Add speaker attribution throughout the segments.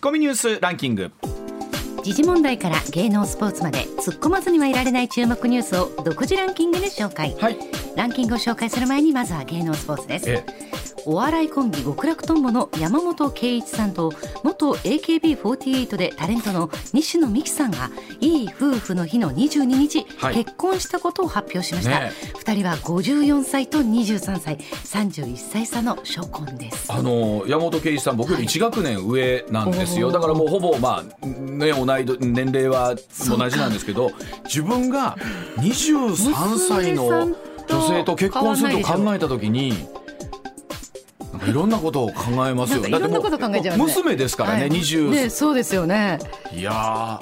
Speaker 1: コミニュースランキング
Speaker 2: 時事問題から芸能スポーツまで突っ込まずにはいられない注目ニュースを独自ランキングで紹介、
Speaker 1: はい
Speaker 2: ランキングを紹介する前にまずは芸能スポーツですお笑いコンビ極楽とんぼの山本圭一さんと元 AKB48 でタレントの西野美紀さんがいい夫婦の日の22日、
Speaker 1: はい
Speaker 2: 結婚したことを発表しました、
Speaker 1: ね
Speaker 2: 2人は54歳と23歳31歳差の初婚です
Speaker 1: あの山本圭一さん僕より1学年上なんですよ、
Speaker 2: おー
Speaker 1: だからもうほぼまあね同いど年齢は同じなんですけど自分が23歳の
Speaker 2: 娘さんと
Speaker 1: 女性と結婚すると考えた時に。なんかいろんなことを考えますよね。
Speaker 2: なんかいろん
Speaker 1: だ
Speaker 2: な
Speaker 1: ってもう
Speaker 2: こと考えちゃうね
Speaker 1: 娘ですからね、
Speaker 2: はい
Speaker 1: 20、
Speaker 2: ねそうですよね
Speaker 1: いや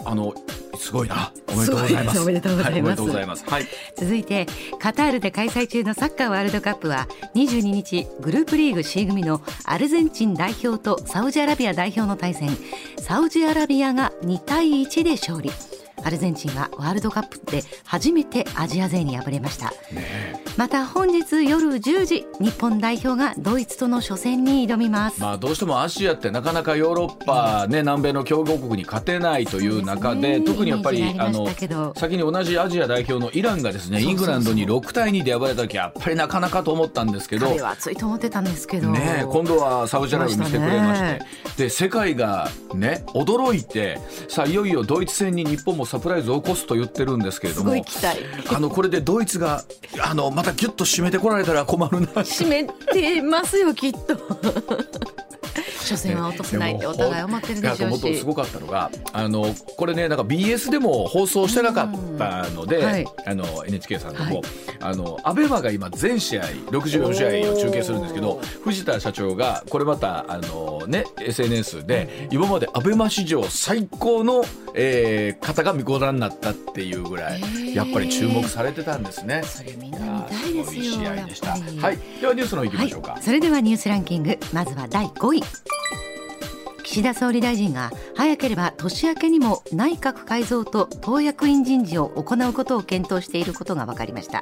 Speaker 1: ー、あの、すごいな。おめでとうございます。
Speaker 2: すごいですおめでとうございます
Speaker 1: はいおめでとうございます。はい。
Speaker 2: 続いてカタールで開催中のサッカーワールドカップは22日グループリーグ C 組のアルゼンチン代表とサウジアラビア代表の対戦サウジアラビアが2対1で勝利アルゼンチンはワールドカップで初めてアジア勢に敗れましたまた本日夜10時日本代表がドイツとの初戦に挑みます
Speaker 1: まあ、どうしてもアジアってなかなかヨーロッパ、ね、南米の強豪国に勝てないという中で
Speaker 2: そうですね
Speaker 1: 特にやっぱり
Speaker 2: イメージがあ
Speaker 1: あ
Speaker 2: りま
Speaker 1: の
Speaker 2: したけど
Speaker 1: 先に同じアジア代表のイランがですね
Speaker 2: そうそうそう
Speaker 1: イングランドに6対2で敗れた時やっぱりなかなかと思ったんですけど。
Speaker 2: 彼は熱いと思ってたんですけど
Speaker 1: ねえ、今度はサウジアラビア見せてくれまして、
Speaker 2: ね
Speaker 1: で世界がね驚いてさあいよいよドイツ戦に日本もサプライズを起こすと言ってるんですけれど
Speaker 2: す
Speaker 1: も
Speaker 2: ごい期待
Speaker 1: あのこれでドイツがあのまたギュッと締めてこられたら困るな
Speaker 2: 湿ってますよき っと初戦は落とせないってお互い思ってるでしょう
Speaker 1: いやもっと
Speaker 2: し
Speaker 1: すごかったのがあのこれねなんか BS でも放送してなかったので、
Speaker 2: うんはい
Speaker 1: あの NHK さんでも、
Speaker 2: はい
Speaker 1: あのアベマが今全試合64試合を中継するんですけど
Speaker 2: おー
Speaker 1: 藤田社長がこれまたあの、ね、SNS で今までアベマ史上最高の、えー方が見ご覧になったっていうぐらい、
Speaker 2: へー
Speaker 1: やっぱり注目されてたんですね。
Speaker 2: それみん
Speaker 1: い
Speaker 2: な
Speaker 1: や
Speaker 2: 見たい
Speaker 1: ー
Speaker 2: ですす
Speaker 1: ごい
Speaker 2: よ
Speaker 1: 試
Speaker 2: や
Speaker 1: 合
Speaker 2: っ
Speaker 1: でした。
Speaker 2: ぱり
Speaker 1: はい、ではニュースの方行きましょうか。
Speaker 2: はい、それではニュースランキングまずは第5位岸田総理大臣が早ければ年明けにも内閣改造と党役員人事を行うことを検討していることが分かりました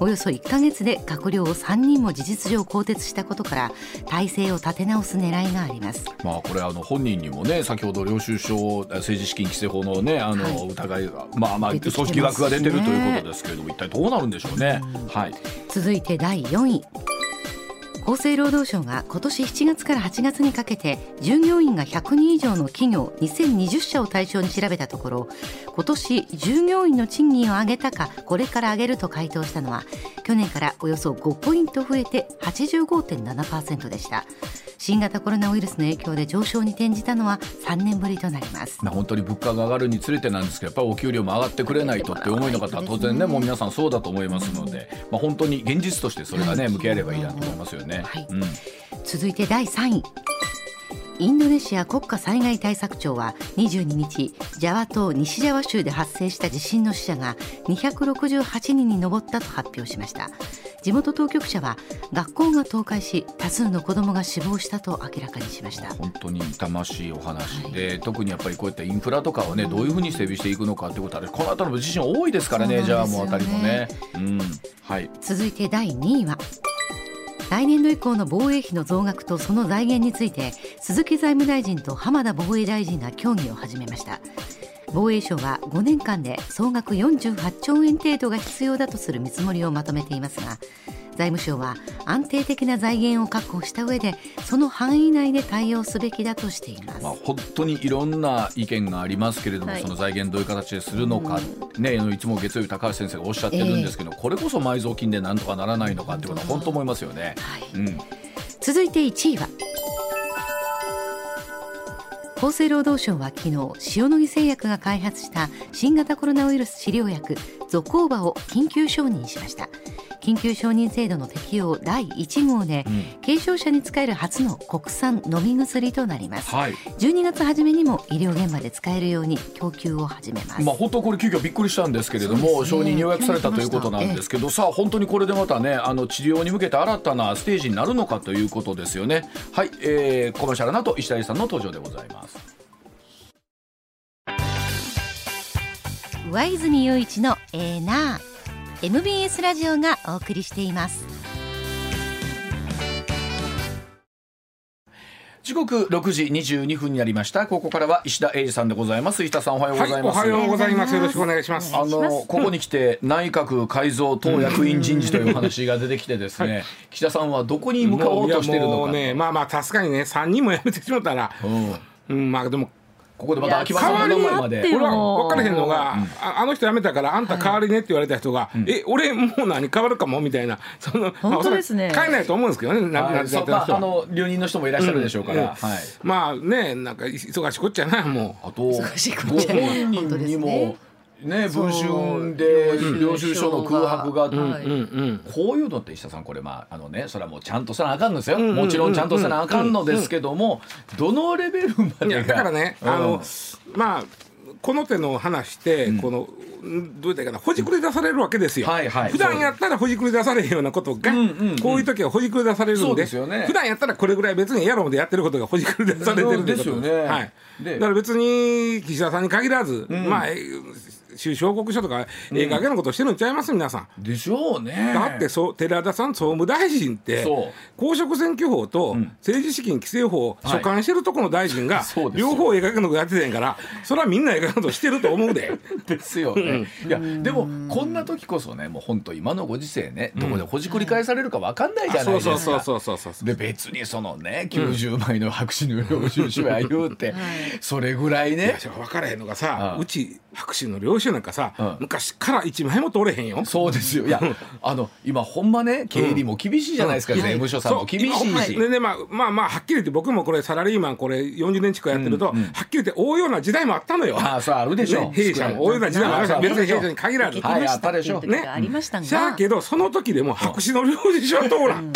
Speaker 2: およそ1ヶ月で閣僚を3人も事実上更迭したことから体制を立て直す狙いがあります
Speaker 1: まあ、これあの本人にもね先ほど領収書をえ政治資金規正法の,、ね、あの
Speaker 2: はい
Speaker 1: 疑いが、まあまあ、
Speaker 2: 出て
Speaker 1: 組
Speaker 2: きてます
Speaker 1: 織枠
Speaker 2: しね
Speaker 1: が出てるということですけれども一体どうなるんでしょうね。はい、
Speaker 2: 続いて第4位厚生労働省が今年7月から8月にかけて従業員が100人以上の企業2020社を対象に調べたところ今年従業員の賃金を上げたかこれから上げると回答したのは去年からおよそ5ポイント増えて85.7%でした新型コロナウイルスの影響で上昇に転じたのは3年ぶりとなります
Speaker 1: まあ、本当に物価が上がるにつれてなんですけどやっぱりお給料も上がってくれないとって思いの方は当然ねもう皆さんそうだと思いますので、まあ、本当に現実としてそれがね向き合えればいいなと思いますよね。
Speaker 2: はい
Speaker 1: うん
Speaker 2: 続いて第3位インドネシア国家災害対策庁は22日ジャワ島西ジャワ州で発生した地震の死者が268人に上ったと発表しました地元当局者は学校が倒壊し多数の子どもが死亡したと明らかにしました
Speaker 1: 本当に痛ましいお話で、特にやっぱりこういったインフラとかをねどういうふうに整備していくのかということはこの辺りの地震多いですからね
Speaker 2: そう
Speaker 1: じゃ
Speaker 2: な
Speaker 1: あ
Speaker 2: んです
Speaker 1: もう
Speaker 2: よ
Speaker 1: あた
Speaker 2: ね
Speaker 1: りもね。うんはい
Speaker 2: 続いて第2位は来年度以降の防衛費の増額とその財源について鈴木財務大臣と浜田防衛大臣が協議を始めました防衛省は5年間で総額48兆円程度が必要だとする見積もりをまとめていますが財務省は安定的な財源を確保した上でその範囲内で対応すべきだとしています、
Speaker 1: まあ、本当にいろんな意見がありますけれども、
Speaker 2: はい
Speaker 1: その財源どういう形でするのか、ね、いつも月曜日高橋先生がおっしゃってるんですけど、これこそ埋蔵金でなんとかならないのかってことは本当思いますよね。
Speaker 2: は
Speaker 1: う
Speaker 2: い
Speaker 1: ん、
Speaker 2: 続いて1位は厚生労働省は昨日塩野義製薬が開発した新型コロナウイルス治療薬ゾコーバを緊急承認しました緊急承認制度の適用第1号で、
Speaker 1: うん
Speaker 2: 軽症者に使える初の国産飲み薬となります
Speaker 1: はい
Speaker 2: 12月初めにも医療現場で使えるように供給を始めます、
Speaker 1: まあ、本当これ急遽びっくりしたんですけれど
Speaker 2: そう
Speaker 1: も、
Speaker 2: です
Speaker 1: 承
Speaker 2: ね
Speaker 1: 認に予約されたということなんですけど、さあ本当にこれでまたねあの治療に向けて新たなステージになるのかということですよねはい、えー、コマーシャルなと石田さんの登場でございます
Speaker 2: 上泉雄一のエーナー MBS ラジオがお送りしています
Speaker 1: 時刻6時22分になりましたここからは石田英二さんでございます石田さんおはようございます、
Speaker 3: はい、おはようございますよろしくお願いします
Speaker 1: あのここに来て内閣改造党役員人事という話が出てきてですね、岸田さんはどこに向かおうとしてるの
Speaker 3: もう
Speaker 1: か、
Speaker 3: ねまあまあ確かにね三人も辞めてしまったら
Speaker 1: うん
Speaker 3: うんまあでも
Speaker 1: ここでまた秋葉さんの名前まで
Speaker 3: 俺は分からへんのが、ああの人辞めたからあんた代わりねって言われた人が、え俺もう何変わるかもみたいなその
Speaker 4: 本当ですね
Speaker 3: まあ変えないと思うんですけどね亡くな
Speaker 1: は
Speaker 3: っ
Speaker 1: い
Speaker 3: ちゃ
Speaker 1: そ
Speaker 3: っ
Speaker 1: う
Speaker 3: た
Speaker 1: ま
Speaker 3: 人
Speaker 1: あ、
Speaker 3: は
Speaker 1: あの留任の人もいらっしゃるでしょうから、はい
Speaker 3: まあねなんか忙しこっちゃなもう
Speaker 1: あとご
Speaker 2: 忙しいこっちゃね
Speaker 1: 本人にも
Speaker 2: 本
Speaker 1: ね
Speaker 2: そう
Speaker 1: 文春で
Speaker 2: うん
Speaker 1: 領収書の空白があって、
Speaker 2: はい
Speaker 3: うんうん
Speaker 1: こういうのって石田さんこれまああのねそれはもうちゃんとせなあかんのですよ、もちろんちゃんとせなあかんのですけども、どのレベルま
Speaker 3: い
Speaker 1: で
Speaker 3: や
Speaker 1: が
Speaker 3: だからね、
Speaker 1: うん
Speaker 3: あのまあこの手の話って、このんどういったらいいかなほじくり出されるわけですよ、
Speaker 1: はいはい
Speaker 3: 普段やったらほじくり出されるようなことが、こういう時はほじくり出されるんで
Speaker 1: そうですよね
Speaker 3: 普段やったらこれぐらい別にやろうでやってることがほじくり出されてるってこと
Speaker 1: ですよね
Speaker 3: はい、
Speaker 1: で
Speaker 3: だから別に岸田さんに限らず、まあえ収支報告書とかええ加減なことしてるんちゃいます皆さん。
Speaker 1: でしょうね
Speaker 3: だってそう寺田さん総務大臣って
Speaker 1: そう
Speaker 3: 公職選挙法と政治資金規正法を所管してるとこの大臣が
Speaker 1: そうですよ
Speaker 3: 両方ええかけのことやってたんやからそれはみんなええかけのことしてると思うで
Speaker 1: ですよね。いやでもこんな時こそねもう本当今のご時世ねどこでほじくり返されるかわかん ないじゃない
Speaker 3: そ
Speaker 1: で
Speaker 3: う
Speaker 1: すか。
Speaker 3: そうそうそうそうそう
Speaker 1: で別にそのね90枚の白紙の領収書や言うて、それぐらい
Speaker 3: い
Speaker 1: ね
Speaker 3: やじゃあ分からへんのがさ
Speaker 1: うん
Speaker 3: うち白紙の領収なん
Speaker 1: う
Speaker 3: か
Speaker 1: ん
Speaker 3: さ昔から一枚も取れへんよ
Speaker 1: そうですよいやあの今ほんまね経理も厳しいじゃないですか、税務署さんも厳しいし。
Speaker 3: ででまあまあまあはっきり言って僕もこれサラリーマンこれ40年近くやってると、はっきり言って多いような時代もあったのよ。
Speaker 1: ああそうあるでしょう、
Speaker 3: ね、弊社も多いような時代もあるし
Speaker 1: そう
Speaker 3: 別に弊社に限らず。
Speaker 1: はいあったでしょう
Speaker 4: ねありました
Speaker 3: しゃあ
Speaker 4: が、
Speaker 3: けどその時でも白紙の領事は通らん、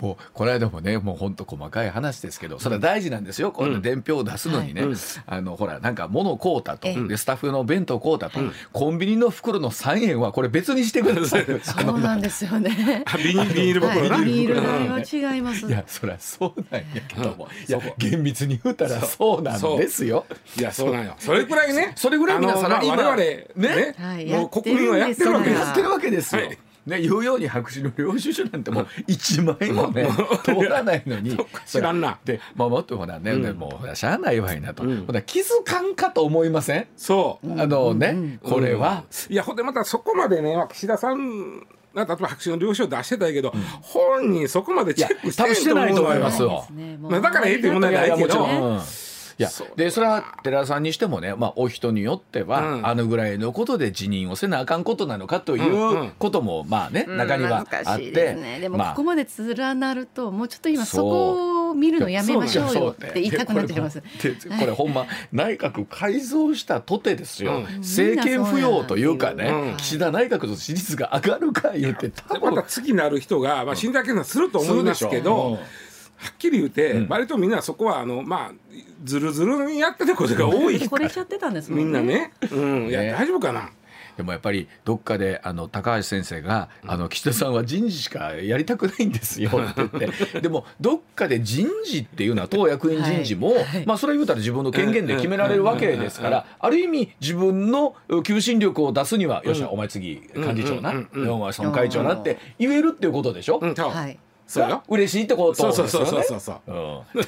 Speaker 1: もうこの間もねもうほんと細かい話ですけどそれは大事なんですよ、こんな伝票を出すのにね、あのほらなんか物買うたと、
Speaker 4: ええ
Speaker 1: でスタッフの弁当買うたと、コンビニの袋の3円はこれ別にしてくだ さい
Speaker 4: そうなんですよね。
Speaker 3: あビニビニール
Speaker 4: は
Speaker 3: 袋
Speaker 4: い、
Speaker 3: な、
Speaker 4: ビニール代は違います。
Speaker 1: いやそりゃそうなんやけども、いや厳密に言うたらそうなんですよ。
Speaker 3: いやそうなんよそれくらいね
Speaker 1: そそれぐらい皆
Speaker 3: あの
Speaker 1: サラリーマン
Speaker 3: まあ我々
Speaker 1: ね
Speaker 3: ね
Speaker 4: はい
Speaker 3: もう国民はやってるわけで
Speaker 1: や
Speaker 3: す
Speaker 1: っ
Speaker 4: ん
Speaker 1: てるわけですよ。
Speaker 3: はい
Speaker 1: ね、言うように白紙の領収書なんてもう1枚もね、通らないのに
Speaker 3: 知らんな
Speaker 1: でまあもっとほらね、でもうほらしゃあないわいなと、ほら気づかんかと思いません、
Speaker 3: そう
Speaker 1: あのね、これは、
Speaker 3: いやほんでまたそこまでねまあ岸田さん例えば白紙の領事を出してたんやけど、本人そこまでチェックし
Speaker 1: い
Speaker 3: て
Speaker 1: や多分してないと思いますよ
Speaker 4: そうですねもう
Speaker 3: まあだからええって問題ないけ
Speaker 1: いやい
Speaker 3: ど
Speaker 1: やもちろんうんいや
Speaker 3: そう
Speaker 1: でそれは寺田さんにしてもね、まあ、お人によっては、
Speaker 3: うん
Speaker 1: あのぐらいのことで辞任をせなあかんことなのかとい
Speaker 3: んう
Speaker 1: うんことも、まあね、中には
Speaker 4: うん
Speaker 1: あっ
Speaker 4: 難しいで
Speaker 1: て、
Speaker 4: すねでも
Speaker 1: ま
Speaker 4: こ
Speaker 1: あ
Speaker 4: こまで連なるともうちょっと今
Speaker 1: そう
Speaker 4: そこを見るのやめましょうよって言いたくなってきます
Speaker 1: で。これでこれほんま内閣改造したとてですよ、
Speaker 3: う
Speaker 1: 政権浮揚というかね、
Speaker 3: うん
Speaker 1: 岸田内閣の支持率が上がるか言って多
Speaker 3: でま
Speaker 1: 分
Speaker 3: た次なる人が、まあ、信頼検査すると思いますけど、
Speaker 1: うん
Speaker 3: はっきり言って、
Speaker 1: うん
Speaker 3: 割とみんなそこはあの、まあ、ずるずるにやってたことが多い
Speaker 4: これしちゃってたんですも
Speaker 3: みんな。ね、うん、いや
Speaker 1: ね
Speaker 3: 大丈夫かな。
Speaker 1: でもやっぱりどっかであの高橋先生が「あの岸田さんは人事しかやりたくないんですよ」って言ってでもどっかで人事っていうのは党役員人事も、
Speaker 4: はいはい
Speaker 1: まあそれは言うたら自分の権限で決められるわけですからある意味自分の求心力を出すには「よっしゃお前次幹事長な
Speaker 3: うんうんうんうん
Speaker 1: お前村会長な」って言えるっていうことでしょ
Speaker 3: う。ん、そう、
Speaker 4: はい。
Speaker 3: そうよ。
Speaker 1: 嬉しいってこと
Speaker 3: そう
Speaker 1: です
Speaker 3: そ
Speaker 1: よ
Speaker 3: う
Speaker 1: ね。
Speaker 3: そうそうそうそう。
Speaker 1: うん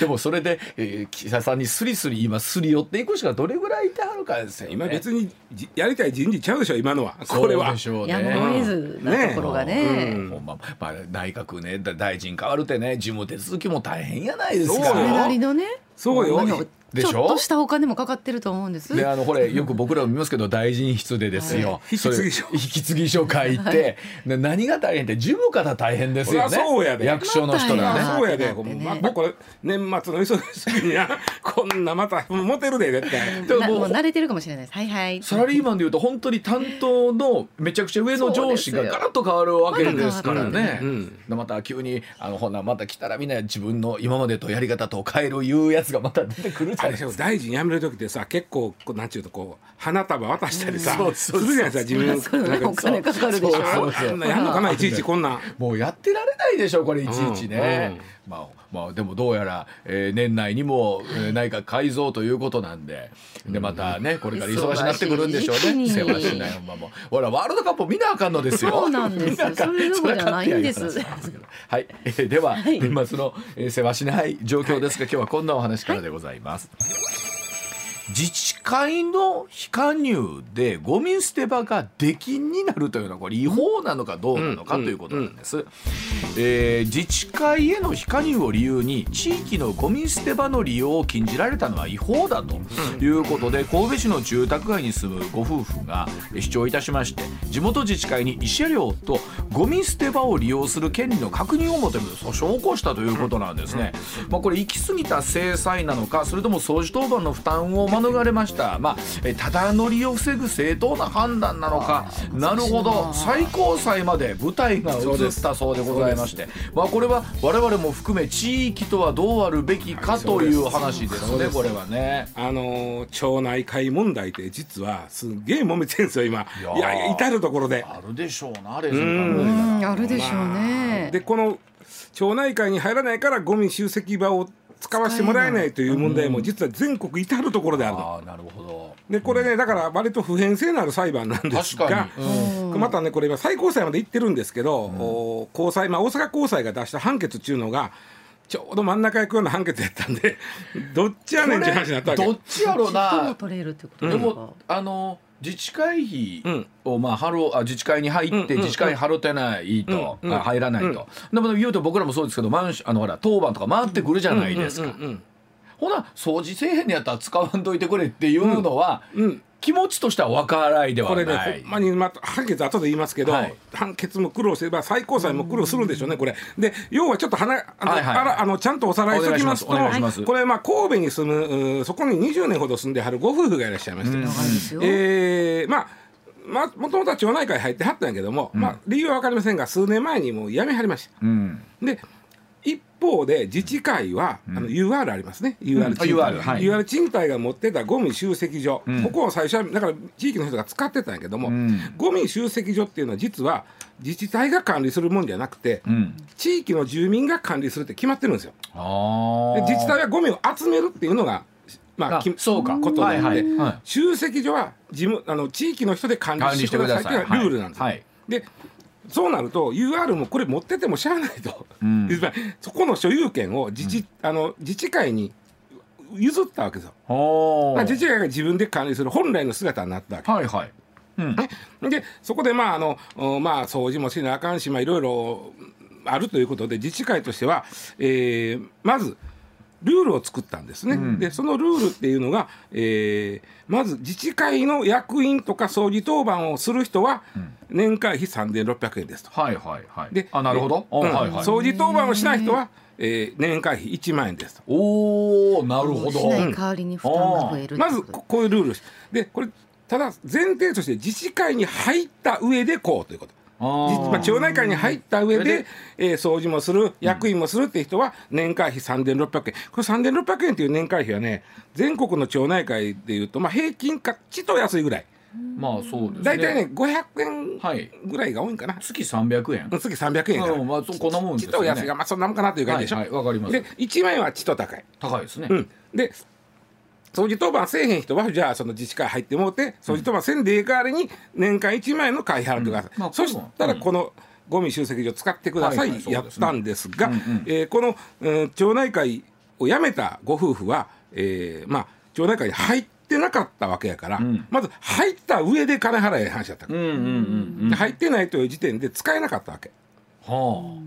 Speaker 1: でもそれで、えー岸田さんにスリスリ今すり寄っていくしかどれぐらいいてはるかですよ、ね。
Speaker 3: 今別にじやりたい人事ちゃうでしょ今のはこれ
Speaker 1: そう
Speaker 3: は
Speaker 1: でしょうね
Speaker 4: やむを得ずなところが
Speaker 3: う
Speaker 4: ね。
Speaker 3: ん
Speaker 1: ほんま、まあ、内閣ね、だ大臣変わるってね、事務手続きも大変やないです
Speaker 3: そ
Speaker 1: か
Speaker 3: う
Speaker 4: それ
Speaker 3: よ
Speaker 4: なりのね。
Speaker 3: そうよ
Speaker 4: ほんまに
Speaker 1: でし
Speaker 4: ち
Speaker 1: ょ
Speaker 4: ょっとしたお金もかかってると思うんです。
Speaker 1: であのこれよく僕らも見ますけど大臣室でですよ、
Speaker 3: い
Speaker 1: それ
Speaker 3: 引き継ぎ書
Speaker 1: 引き継ぎ書書いて、で何が大変って事務方大変ですよね
Speaker 3: そりゃそうやで
Speaker 1: 役所の人
Speaker 4: ま
Speaker 1: ら
Speaker 4: あ大
Speaker 1: ね
Speaker 4: 変。
Speaker 3: そうやで、
Speaker 4: だってね
Speaker 3: まあ、僕は年末の忙しい時には こんなまたモテるで絶対
Speaker 1: でも
Speaker 4: なもう慣れてるかもしれないです。はいはい。
Speaker 1: サラリーマンでいうと本当に担当のめちゃくちゃ上の上司がガラッと変わるわけですからね。でまた急にあのほなまた来たらみんな自分の今までとやり方と変えるいうやつがまた出てくるじ
Speaker 3: あ
Speaker 1: ゃな
Speaker 3: れ
Speaker 1: い
Speaker 3: でし
Speaker 1: で
Speaker 3: ょ
Speaker 1: すか。
Speaker 3: 大臣辞める時ってさ結構こうなんちゅうとこう花束渡したりさ、
Speaker 1: うん
Speaker 3: するじゃないですか自分
Speaker 4: そうね、お金かかるでし
Speaker 1: そう
Speaker 4: ょ。
Speaker 1: そうそう
Speaker 3: あんなやんのかないちいちこんなん
Speaker 1: もうやってられないでしょこれいちいちね、まあまあ、でもどうやら、えー年内にも、えー内閣改造ということなんででまたねこれから忙しになってくるんでしょうね
Speaker 4: 忙しい
Speaker 1: 世話しないほんまもうほらワールドカップ見なあかんのですよ
Speaker 4: そうなんですよ
Speaker 1: 見なあかん
Speaker 4: それどころじゃないんです
Speaker 1: それは勝手にやりますけどはい、えーでは、年末の、えー世話しない状況ですが今日はこんなお話からでございます、自治会の非加入でゴミ捨て場が出禁になるというのはこれ違法なのかどうなのかということなんです、えー自治会への非加入を理由に地域のゴミ捨て場の利用を禁じられたのは違法だということで神戸市の住宅街に住むご夫婦が主張いたしまして地元自治会に慰謝料とゴミ捨て場を利用する権利の確認を求める訴訟を起こしたということなんですね。まあ、これ行き過ぎた制裁なのかそれとも掃除当番の負担を免れました、まあ、えーただ乗りを防ぐ正当な判断なのかなるほど最高裁まで舞台が移ったそうでございまして、まあ、これは我々も含め地域とはどうあるべきかという話ですねこれはね。
Speaker 3: あのー町内会問題って実はすっげえ揉めてるんですよ今
Speaker 1: いやー
Speaker 3: いや至る所で
Speaker 1: あるでしょうなあれそ
Speaker 4: うんあるでしょうね。
Speaker 3: でこの町内会に入らないからゴミ集積場を使わせてもらえないという問題も実は全国至る所であるの。
Speaker 1: あーなるほど
Speaker 3: でこれねだから割と普遍性のある裁判なんです
Speaker 1: 確か
Speaker 3: が
Speaker 1: に、うん
Speaker 3: またねこれ今最高裁まで行ってるんですけど、お高裁、まあ、大阪高裁が出した判決っていうのがちょうど真ん中行くような判決やったんでどっちや ねんって話になったわけ
Speaker 1: どっちやろう
Speaker 4: ちっとも
Speaker 1: な
Speaker 4: 取れるってこと
Speaker 1: で
Speaker 4: なのか
Speaker 1: もあの自治会費
Speaker 3: うん
Speaker 1: を、まあ、払うあ自治会に入って、
Speaker 3: うんうんうん
Speaker 1: 自治会に払ってないと、
Speaker 3: うんうん
Speaker 1: あ入らないと、でも言うと僕らもそうですけどマンシあのほら当番とか回ってくるじゃないですか、
Speaker 3: うんうん
Speaker 1: ほな掃除せえへんのやったら使わんといてくれっていうのは、
Speaker 3: うんうん
Speaker 1: 気持ちとしては分からいでは
Speaker 3: こ
Speaker 1: な
Speaker 3: れ
Speaker 1: い、
Speaker 3: ね、ほんまに、まあ、判決後で言いますけど、
Speaker 1: はい
Speaker 3: 判決も苦労すれば最高裁も苦労するんでしょうね、これ。で、要はちょっとはなあの、
Speaker 1: はいはい
Speaker 3: あらあのちゃんとおさらいしておきますと、
Speaker 1: お願いしますお願いします
Speaker 3: これ、まあ、神戸に住む、うんそこに20年ほど住んではるご夫婦がいらっしゃいまして、
Speaker 4: 長いですよ。
Speaker 3: えーまあ、まあ、もともとは町内会入ってはったんやけども、まあ、理由は分かりませんが、数年前にもう辞めはりました。
Speaker 1: うん
Speaker 3: で一方で自治会は、あの UR ありますね UR 賃貸、
Speaker 1: UR はい
Speaker 3: UR 賃貸が持ってたゴミ集積所、ここを最初はだから地域の人が使ってたんやけども、
Speaker 1: ん
Speaker 3: ゴミ集積所っていうのは実は自治体が管理するもんじゃなくて、
Speaker 1: うん、
Speaker 3: 地域の住民が管理するって決まってるんですよ。
Speaker 1: あ
Speaker 3: で
Speaker 1: ー
Speaker 3: 自治体はゴミを集めるっていうのがまあ
Speaker 1: あ
Speaker 3: き
Speaker 1: そうか
Speaker 3: ことなんで、
Speaker 1: はいはいはい
Speaker 3: 集積所は事務あの地域の人で管
Speaker 1: 管理
Speaker 3: 理
Speaker 1: し
Speaker 3: してて
Speaker 1: く
Speaker 3: く
Speaker 1: だ
Speaker 3: だ
Speaker 1: さ
Speaker 3: さ
Speaker 1: い
Speaker 3: いっていうのがルールなんですよ。
Speaker 1: はい
Speaker 3: でそうなると UR もこれ持っててもしゃあないと、
Speaker 1: ん
Speaker 3: つまり そこの所有権を自治,、あの自治会に譲ったわけですよ。
Speaker 1: おー
Speaker 3: まあ自治会が自分で管理する本来の姿になったわけ
Speaker 1: はいはいうん
Speaker 3: ね、でそこでまああの、うんまあ、掃除もしなあかんし、まあ、いろいろあるということで自治会としては、えーまずルールを作ったんですね、でそのルールっていうのが、えーまず自治会の役員とか掃除当番をする人は年会費3600円ですと。
Speaker 1: はいはいはい
Speaker 3: で
Speaker 1: あなるほど、
Speaker 3: うん
Speaker 1: あはいはい
Speaker 3: 掃除当番をしない人は、えー年会費1万円ですと。
Speaker 1: おおなるほど
Speaker 4: しない代わりに負担が増えるって
Speaker 3: まず
Speaker 4: こと
Speaker 3: ここういうルールですでこれただ前提として自治会に入った上でこうということ。
Speaker 1: あ
Speaker 3: じ
Speaker 1: ー
Speaker 3: まあ、町内会に入った上で、えー掃除もする、役員もするって人は、年会費3600円、これ3600円っていう年会費はね、全国の町内会でいうと、まあ、平均かちと安いぐらい、
Speaker 1: まあそうですね。
Speaker 3: 大体ね、500
Speaker 1: はい
Speaker 3: 円ぐらいが多いんかな、
Speaker 1: 月三百円。
Speaker 3: 次300円やから
Speaker 1: うん、まあそうこんなもんですよ
Speaker 3: ちと
Speaker 1: ね。
Speaker 3: 安いが、まあ、そんなもんかなという感じでしょ。
Speaker 1: はいはいわかります
Speaker 3: で、1万円はちと高い。
Speaker 1: 高いですね。
Speaker 3: うん、で掃除当番せえへん人はじゃあその自治会入ってもうて掃除当番せんでええ代わりに年間1万円の会費払ってください、
Speaker 1: うんまあ
Speaker 3: そしたらこのゴミ集積所使ってくださ
Speaker 1: はい
Speaker 3: い
Speaker 1: はいそうですね
Speaker 3: やったんですが、
Speaker 1: うんうん
Speaker 3: えーこの、うん町内会を辞めたご夫婦は、えーまあ、町内会に入ってなかったわけやから、
Speaker 1: ん
Speaker 3: まず入った上で金払えへん話だった、
Speaker 1: うんうんうんうん。
Speaker 3: で入ってないという時点で使えなかったわけ。
Speaker 1: はあ。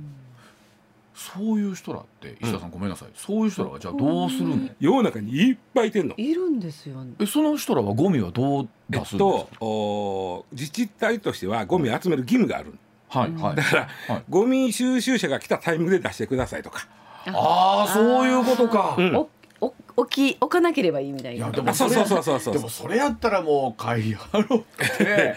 Speaker 1: そういう人らって石田さんごめんなさい。そういう人らはじゃあどうするの？
Speaker 3: 世の中にいっぱいいてんの
Speaker 4: いるんですよね。
Speaker 1: えその人らはゴミはどう出すんですか？
Speaker 3: とお自治体としてはゴミを集める義務がある
Speaker 1: はいはい。だから、はい、
Speaker 3: ゴミ収集車が来たタイミングで出してくださいとか。
Speaker 1: ああそういうことか。
Speaker 3: うん
Speaker 4: おお置き置かなければいいみたい
Speaker 1: い
Speaker 4: な
Speaker 1: や。でも
Speaker 3: あそうそうそうそ
Speaker 1: そ
Speaker 3: うそう
Speaker 1: れでもそれやったらもう会費払おうってね、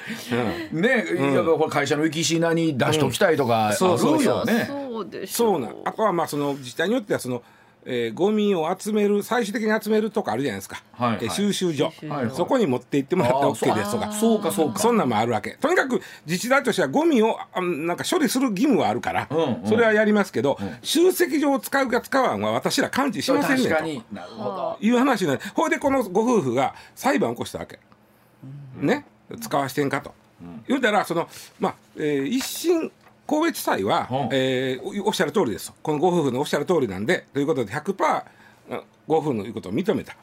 Speaker 1: いやこれ会社の生き品に出しときたいとかあるよね。
Speaker 3: うん
Speaker 4: そうでしょ
Speaker 3: そうなん。あとはまあその自治体によってはそのえーゴミを集める最終的に集めるとかあるじゃないですか、
Speaker 1: はいはい
Speaker 3: えー収集所
Speaker 4: 収集所はいはい
Speaker 3: そこに持って行ってもらって
Speaker 1: あー
Speaker 3: OK ですとか
Speaker 1: そうかそうか
Speaker 3: そんなんもあるわけとにかく自治体としてはゴミをあなんか処理する義務はあるから、
Speaker 1: うんうん
Speaker 3: それはやりますけど、集積場を使うか使わんは私ら感知しませんねん
Speaker 1: 確
Speaker 3: と
Speaker 1: かになるほど
Speaker 3: いう話になるほいでこのご夫婦が裁判を起こしたわけ、ね使わしてんかと、言うたらその、まあえー一審神戸地裁は、
Speaker 1: うん
Speaker 3: えーおおっしゃる通りですこのご夫婦のおっしゃる通りなんでということで100%ご夫婦の言うことを認めた、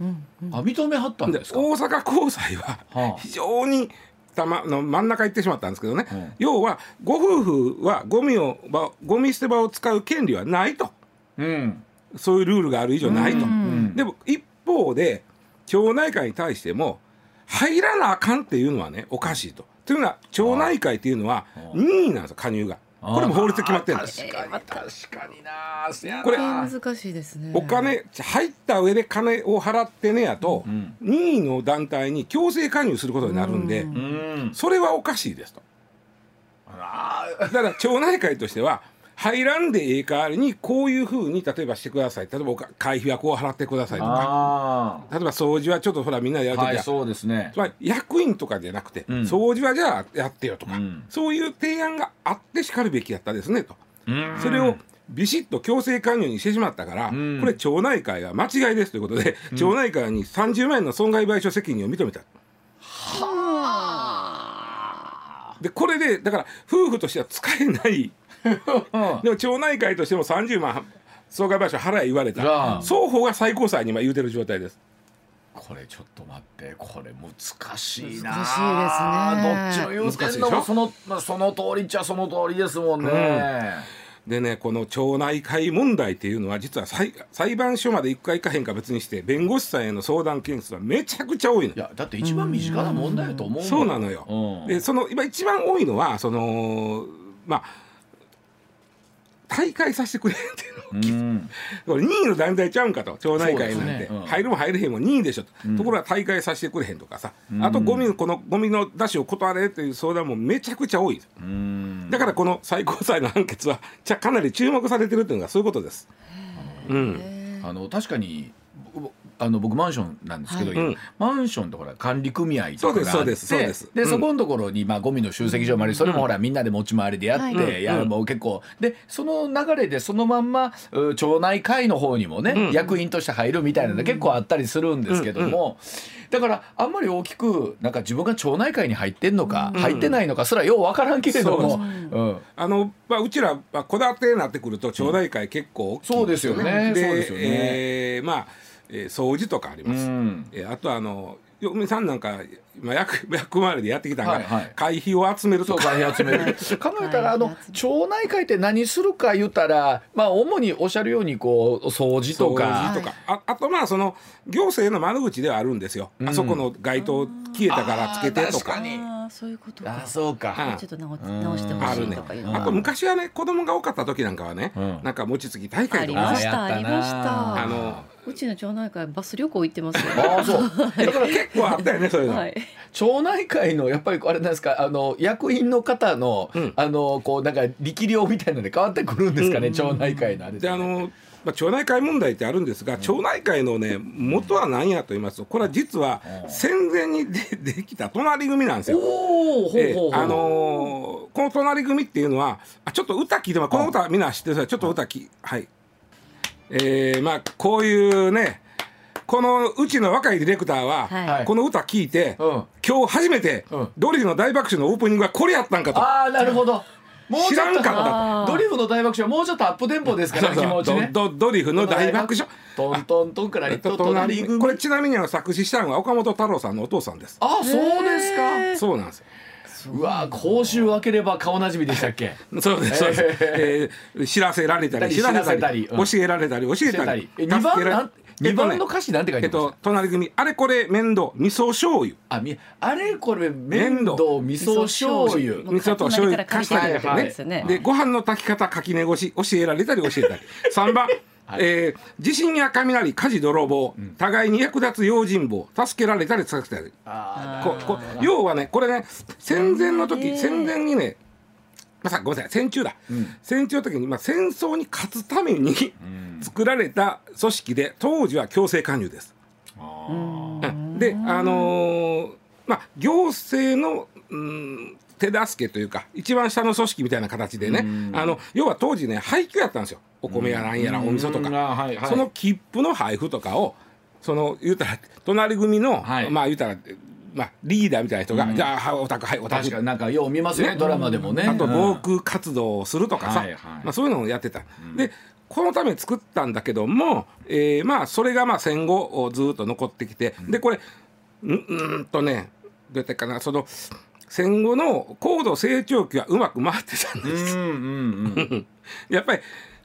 Speaker 1: あ認めはったん
Speaker 3: で
Speaker 1: で
Speaker 3: 大
Speaker 1: すか
Speaker 3: 阪高裁は
Speaker 1: はあ
Speaker 3: 非常にたまの真ん中行ってしまったんですけどね、
Speaker 1: ん
Speaker 3: 要はご夫婦はゴミを場ゴミ捨て場を使う権利はないと
Speaker 1: うん
Speaker 3: そういうルールがある以上ないと。
Speaker 1: うん
Speaker 3: でも一方で町内会に対しても入らなあかんっていうのはねおかしいと。というのは町内会っていうのは任意なんですよ加入が。
Speaker 1: あー
Speaker 3: これも法律で決まってるんです。
Speaker 1: 確かに確かになせやな
Speaker 3: これ
Speaker 4: 難しいですね。
Speaker 3: お金入った上で金を払ってねやと、
Speaker 1: ん
Speaker 3: 任意の団体に強制加入することになるんで、
Speaker 1: うん
Speaker 3: それはおかしいですと。
Speaker 1: あ
Speaker 3: だから町内会としては入らんでええ代わりにこういうふうに例えばしてください例えばおか会費はこう払ってくださいとか
Speaker 1: あ
Speaker 3: 例えば掃除はちょっとほらみんなでや
Speaker 1: ー
Speaker 3: るとき
Speaker 1: はい
Speaker 3: は
Speaker 1: そうですね
Speaker 3: つまり役員とかじゃなくて、
Speaker 1: うん
Speaker 3: 掃除はじゃあやってよとか、
Speaker 1: うん
Speaker 3: そういう提案があってしかるべきやったですねと、
Speaker 1: うん
Speaker 3: それをビシッと強制加入にしてしまったから、
Speaker 1: うん
Speaker 3: これ町内会が間違いですということで、町内会に30万円の損害賠償責任を認めた。でこれでだから夫婦としては使えない
Speaker 1: うん
Speaker 3: でも町内会としても30万損害賠償払え言われた
Speaker 1: じゃあ
Speaker 3: 双方が最高裁に今言うてる状態です。
Speaker 1: これちょっと待ってこれ難しいな
Speaker 4: 難しいですね
Speaker 1: どっちの優先度
Speaker 3: 難しいでしょ
Speaker 1: もその、まあ、その通りっちゃその通りですもんね、
Speaker 3: でねこの町内会問題っていうのは実は裁裁判所まで行くか行かへんか別にして弁護士さんへの相談件数はめちゃくちゃ多いの
Speaker 1: いやだって一番身近な問題だと思う
Speaker 3: そうなのよ、
Speaker 1: うん
Speaker 3: でその今一番多いのはそのまあ大会させてくれっていうの
Speaker 1: うん
Speaker 3: これ任意の団体ちゃうんかと町内会
Speaker 1: そ
Speaker 3: な
Speaker 1: うんです
Speaker 3: て、
Speaker 1: ねうん
Speaker 3: 入るも入れへんも任意でしょと、ところが大会させてくれへんとかさ、あとゴミこのゴミの出しを断れっていう相談もめちゃくちゃ多い、
Speaker 1: うん
Speaker 3: だからこの最高裁の判決はじゃかなり注目されてるっていうのがそういうことです。うん
Speaker 1: あの確かに僕あの僕マンションなんですけど、
Speaker 3: はいうん
Speaker 1: マンションとほら管理組合とかがあって
Speaker 3: そうですそうですそうですう
Speaker 1: そ
Speaker 3: ん
Speaker 1: このところに、まあ、ゴミの集積所もありそれもほらみんなで持ち回りでやって、
Speaker 3: はい
Speaker 1: やるもう結構でその流れでそのまんまう町内会の方にもね、
Speaker 3: うん
Speaker 1: 役員として入るみたいなの結構あったりするんですけども、だからあんまり大きくなんか自分が町内会に入ってんのか、入ってないのかすらようわからんけれども、
Speaker 3: そう
Speaker 1: うん
Speaker 3: あのまあ、うちらまあ戸建てになってくると町内会結構大きいん
Speaker 1: そうですよね
Speaker 3: で
Speaker 1: そうですよね
Speaker 3: えーまあ、えー掃除とかあります、
Speaker 1: うん
Speaker 3: えーあとあの嫁さんなんか、まあ、役役回りでやってきたんが、
Speaker 1: はいはい
Speaker 3: 会費を集める
Speaker 1: そ
Speaker 3: と
Speaker 1: う
Speaker 3: か
Speaker 1: 会費集める考えたらあの
Speaker 4: 会費集める
Speaker 1: 町内会って何するか言うたらまあ主におっしゃるようにこう掃除と
Speaker 3: 掃
Speaker 1: か
Speaker 3: 除とかああとまあその行政の窓口ではあるんですよ、あそこの街灯消えたからつけてとか
Speaker 1: あー確かに
Speaker 4: ああそういうことか。
Speaker 1: あそう
Speaker 3: は
Speaker 1: か
Speaker 3: い
Speaker 4: ちょっと直
Speaker 1: うん
Speaker 4: 直してほ
Speaker 3: あ
Speaker 4: し
Speaker 3: る
Speaker 4: い
Speaker 3: ね
Speaker 4: とかいう
Speaker 1: うん
Speaker 3: あ
Speaker 4: の
Speaker 3: と昔はね子供が多かった時なんかはね、
Speaker 1: うん
Speaker 3: なんか餅つき大
Speaker 4: あ
Speaker 3: 会と
Speaker 4: り
Speaker 3: か
Speaker 4: ま
Speaker 3: ね
Speaker 4: した
Speaker 1: あ
Speaker 4: ありました。
Speaker 1: や
Speaker 3: あ
Speaker 1: ったな
Speaker 3: の
Speaker 4: うちの町内会バス旅行行ってますよ。
Speaker 1: ああそうだから
Speaker 3: 結構あったよねそういうの。
Speaker 4: はい。
Speaker 1: 町内会のやっぱりあれなんですかあの役員の方の、
Speaker 3: うん
Speaker 1: あのこうなんか力量みたいなので変わってくるんですかね、町内会のあれ
Speaker 3: であの、まあ、町内会問題ってあるんですが、町内会のね元は何やと言いますとこれは実は戦前にでできた隣組なんですよ。
Speaker 1: おおほう
Speaker 3: え
Speaker 1: ほうほう、
Speaker 3: えあのーこの隣組っていうのはあちょっと歌聞いてもこの歌みんな知ってるさちょっと歌きはいえー、まあこういうねこのうちの若いディレクターは、
Speaker 4: はい
Speaker 3: この歌聞いて、
Speaker 1: うん
Speaker 3: 今日初めて、
Speaker 1: うん
Speaker 3: ドリフの大爆笑のオープニングはこれやったんかと
Speaker 1: ああなるほどもうちょっと
Speaker 3: 知らんかった
Speaker 4: あー
Speaker 1: ドリフの大爆笑はもうちょっとアップテンポですから、
Speaker 3: そう
Speaker 1: 気持ち
Speaker 3: そう
Speaker 1: ね
Speaker 3: ドドドリフの大爆笑
Speaker 1: トントントンから一と隣組
Speaker 3: これちなみにあの作詞したのは岡本太郎さんのお父さんです。
Speaker 1: あそうですか
Speaker 3: そうなんですよ。
Speaker 1: うわ口臭分ければ顔なじみでしたっけ
Speaker 3: そうです。そうです
Speaker 1: え
Speaker 3: えー知らせられたり、
Speaker 1: 知
Speaker 3: 知
Speaker 1: ら
Speaker 3: ら
Speaker 1: せ
Speaker 3: せ
Speaker 1: た
Speaker 3: た
Speaker 1: り
Speaker 3: り、
Speaker 1: うん
Speaker 3: 教えられたり、教えたり。
Speaker 1: え二番
Speaker 3: 助けら
Speaker 1: な
Speaker 3: れ
Speaker 1: ん二番の歌詞なんて書いて
Speaker 3: えっ
Speaker 1: ました
Speaker 3: と、隣組、あれこれ面倒、味噌醤油。
Speaker 1: あみあれこれ面倒味噌醤油
Speaker 4: もう
Speaker 3: 味噌と醤油
Speaker 4: かき混ぜてる
Speaker 1: はい
Speaker 4: や
Speaker 1: はい
Speaker 4: つですよね。
Speaker 3: で、ご飯の炊き方、かきねごし、教えられたり、教えたり。三番。えー地震や雷、火事、泥棒、互いに役立つ用心棒、助けられたり、助けたり。
Speaker 1: あ
Speaker 3: ここ要はねこれね戦前の時戦前にねまあ、さごめんなさい戦中だ、
Speaker 1: ん
Speaker 3: 戦中の時に、まあ、戦争に勝つために作られた組織で当時は強制加入です。うんであのーまあ行政の、うん、手助けというか一番下の組織みたいな形でね、あの要は当時ね廃墟やったんですよお米やなんやらお味噌とか、
Speaker 1: うんあはいはい
Speaker 3: その切符の配布とかをその言うたら隣組の、
Speaker 1: はい
Speaker 3: まあ言うたら、まあ、リーダーみたいな人が、じゃあはいお宅はいお宅
Speaker 1: 確かになんかよう見ますよねドラマでもね
Speaker 3: あと
Speaker 1: うん
Speaker 3: 防空活動をするとかさ、
Speaker 1: はいはい
Speaker 3: まあ、そういうのをやってた、でこのために作ったんだけども、えーまあそれがまあ戦後おずーっと残ってきてでこれんうーんとねどうやったかなその戦後の高度成長期はうまく回ってたんです
Speaker 1: うんうんうん
Speaker 3: やっぱり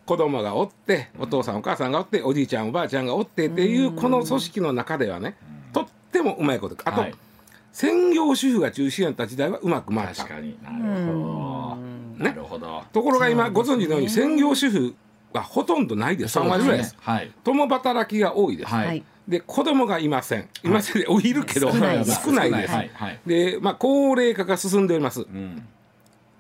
Speaker 3: 子供がおってお父さんお母さんがおっておじいちゃんおばあちゃんがおってっていうこの組織の中ではねとってもうまいことあと、
Speaker 1: はい
Speaker 3: 専業主婦が中心やった時代はうまく回った
Speaker 1: 確かになるほどなるほど
Speaker 3: ところが今ご存知のように専業主婦はほとんどないです3割ぐらいです
Speaker 1: はい
Speaker 3: 共働きが多いです、
Speaker 1: はい
Speaker 4: はい。
Speaker 3: で子供がいませんいませんで、おいるけど
Speaker 4: 少ないです
Speaker 3: 少ないです、
Speaker 1: はいはい
Speaker 3: で、まあ、高齢化が進んでおります、
Speaker 1: うん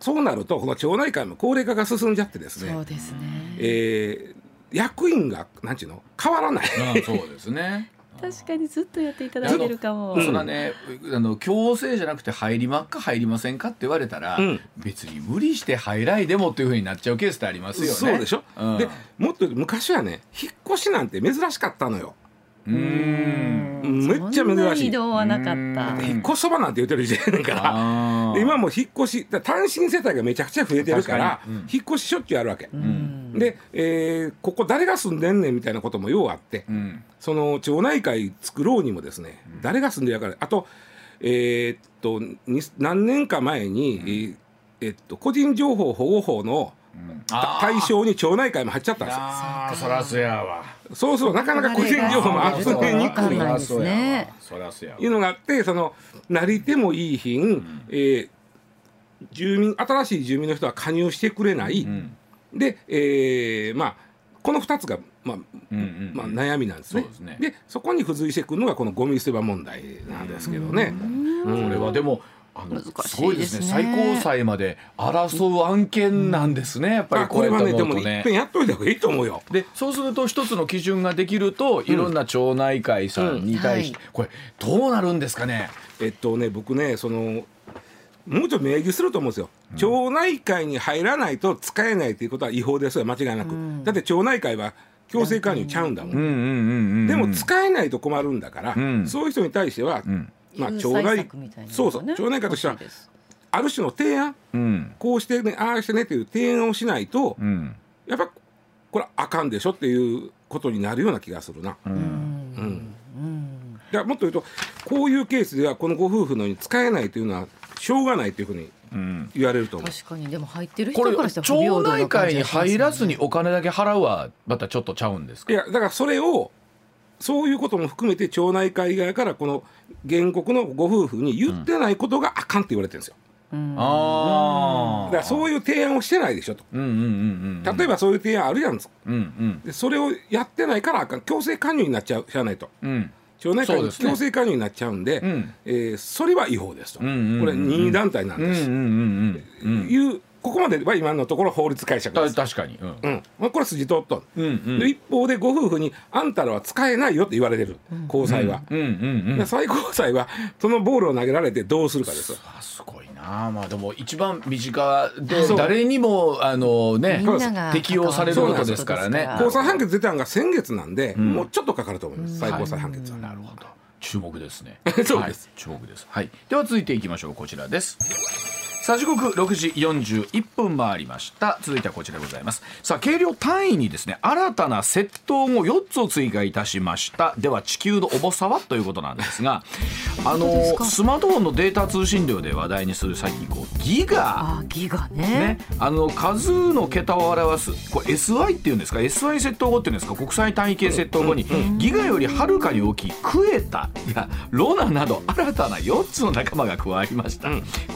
Speaker 3: そうなるとこの町内会も高齢化が進んじゃってですね
Speaker 4: そうですね。
Speaker 3: えー役員がなんちゅうの変わらない
Speaker 1: うんそうですね
Speaker 4: 確かにずっとやっていただいてるかも。
Speaker 1: そらね、あの強制じゃなくて入りまっか入りませんかって言われたら、
Speaker 3: うん
Speaker 1: 別に無理して入らいでもっていうふうになっちゃうケースってありますよね。
Speaker 3: そうでしょ、
Speaker 1: うん、
Speaker 3: でもっと言うと昔はね引っ越しなんて珍しかったのよ
Speaker 1: うーん
Speaker 3: めっちゃ珍しい
Speaker 4: そんな移動はなかっ
Speaker 1: う
Speaker 4: た
Speaker 1: ん。
Speaker 3: 引っ越しそばなんて言ってる時代だから
Speaker 1: あー
Speaker 3: で今もう引っ越しだから単身世帯がめちゃくちゃ増えてるから
Speaker 1: 確かにうん
Speaker 3: 引っ越ししょっちゅうやるわけ、
Speaker 4: うん
Speaker 3: で、えーここ誰が住んでんねんみたいなこともようあって、
Speaker 1: うん
Speaker 3: その町内会作ろうにもですね、誰が住んでるか分からないあと,、えーっとに何年か前に、えーえっと個人情報保護法の
Speaker 1: うん
Speaker 3: た
Speaker 1: あー
Speaker 3: 対象に町内会も入っちゃったんですよ
Speaker 1: あーそらそやわ。
Speaker 3: そうそうなかなか個人情報も集めに
Speaker 4: わ
Speaker 3: く
Speaker 4: かん
Speaker 3: い
Speaker 4: ないですね
Speaker 1: そらそやわ。
Speaker 3: いうのがあってそのなり手もいい品、えー住民新しい住民の人は加入してくれない、
Speaker 1: うん
Speaker 3: で、えーまあこの2つが、まあ
Speaker 1: うんうん
Speaker 3: まあ、悩みなんですね
Speaker 1: そうですね
Speaker 3: そこに付随してくるのがこのゴミ捨て場問題なんですけどね、
Speaker 1: これはでもあの
Speaker 4: 難しいですね
Speaker 1: すごいですね最高裁まで争う案件なんですね、やっぱ
Speaker 3: ま
Speaker 1: り
Speaker 3: あ、これはね
Speaker 1: う
Speaker 3: で
Speaker 1: やって
Speaker 3: も
Speaker 1: 思う
Speaker 3: い
Speaker 1: と
Speaker 3: っぺんやっといた方がいいと思うよ。
Speaker 1: でそうすると一つの基準ができるといろんな町内会さんに対して、
Speaker 4: う
Speaker 1: これどうなるんですかね
Speaker 3: えっとね僕ねそのもうちょっと明示すると思うんですよ、町内会に入らないと使えないということは違法ですよ間違いなく、だって町内会は強制加入ちゃうんだもん、
Speaker 1: うんうんうんうん
Speaker 3: でも使えないと困るんだから、
Speaker 1: うん
Speaker 3: そういう人に対しては、
Speaker 1: ん
Speaker 3: まあ、
Speaker 4: 救
Speaker 3: 町
Speaker 4: 済
Speaker 3: 内
Speaker 4: 策みたいなのがね
Speaker 3: そうそう町内会としては
Speaker 4: 欲いです
Speaker 3: ある種の提案
Speaker 1: うん
Speaker 3: こうしてねああしてねという提案をしないと、
Speaker 1: うん
Speaker 3: やっぱこれあかんでしょっていうことになるような気がするな。
Speaker 4: うん
Speaker 3: うんいやもっと言うとこういうケースではこのご夫婦のように使えないというのはしょうがないというふうに
Speaker 1: うん
Speaker 3: 言われると思う。
Speaker 4: 確かにでも入ってる
Speaker 1: これ
Speaker 4: 人からしたら不
Speaker 1: 町
Speaker 4: 平等
Speaker 1: 内
Speaker 4: な感
Speaker 1: 会
Speaker 4: じ
Speaker 1: に
Speaker 4: がしますね
Speaker 1: 入らずにお金だけ払うはまたちょっとちゃうんです
Speaker 3: い
Speaker 1: か
Speaker 3: やだからそれをそういうことも含めて町内会側からこの原告のご夫婦に言ってないことがあかんって言われてるんですよ。
Speaker 1: ああ
Speaker 3: だからそういう提案をしてないでしょと。
Speaker 1: うんうんうんうん
Speaker 3: 例えばそういう提案あるやん
Speaker 1: うんうん
Speaker 3: でそれをやってないからあかん強制加入になっちゃうしゃあないと
Speaker 1: うん
Speaker 3: 町内会
Speaker 1: そう
Speaker 3: に
Speaker 1: ですね
Speaker 3: 強制加入になっちゃうんで
Speaker 1: うん
Speaker 3: えーそれは違法ですと、
Speaker 1: うんうんうん
Speaker 3: これ任意団体なん
Speaker 1: うん
Speaker 3: で
Speaker 1: うん
Speaker 3: す、
Speaker 1: うんうんうん
Speaker 3: いうここまでは今のところ法律解釈で
Speaker 1: た
Speaker 3: す、
Speaker 1: 確かにうん
Speaker 3: うんまあ、これは筋通っとん、
Speaker 1: うんうん
Speaker 3: で一方でご夫婦に「あんたらは使えないよ」って言われてる交際は、
Speaker 1: うんうんうん
Speaker 3: で最高裁はそのボールを投げられてどうするかですよ
Speaker 1: あすごいなまあでも一番身近で
Speaker 3: そう
Speaker 1: 誰にもあのね
Speaker 4: みんなが
Speaker 1: 適用されることですからね
Speaker 4: そうなんです
Speaker 3: 高裁判決出たのが先月なんで、もうちょっとかかると思います、最高裁判決は、
Speaker 1: なるほど注目ですね
Speaker 3: そうです、
Speaker 1: はい注目ですはいでは続いていきましょうこちらですさあ時刻6時41分回りました続いてはこちらでございますさあ軽量単位にですね新たな窃盗も4つを追加いたしましたでは地球の重さはということなんですがあ
Speaker 4: です
Speaker 1: の
Speaker 4: か
Speaker 1: スマートフォンのデータ通信量で話題にする最近こうギガ
Speaker 4: あギガ
Speaker 1: ね
Speaker 4: ね、
Speaker 1: あの数の桁を表すこれ SI っていうんですか SI 窃盗語っていうんですか国際単位系窃盗語にギガよりはるかに大きいクエタやロナなど新たな4つの仲間が加わりました、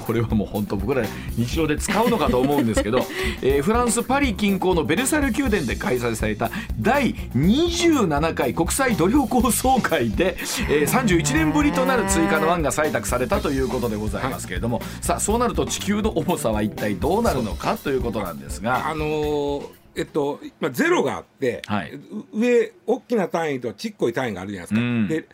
Speaker 1: これはもう本当と僕ら日常で使うのかと思うんですけど、えーフランス・パリ近郊のベルサイユ宮殿で開催された第27回国際土俵構想会で、えー31年ぶりとなる追加の案が採択されたということでございますけれども、さあそうなると地球の重さは一体どうなるのかということなんですが。
Speaker 3: あのーえっと、まあ、ゼロがあって、
Speaker 1: はいう
Speaker 3: 上大きな単位とちっこい単位があるじゃないですか、
Speaker 1: うん
Speaker 3: で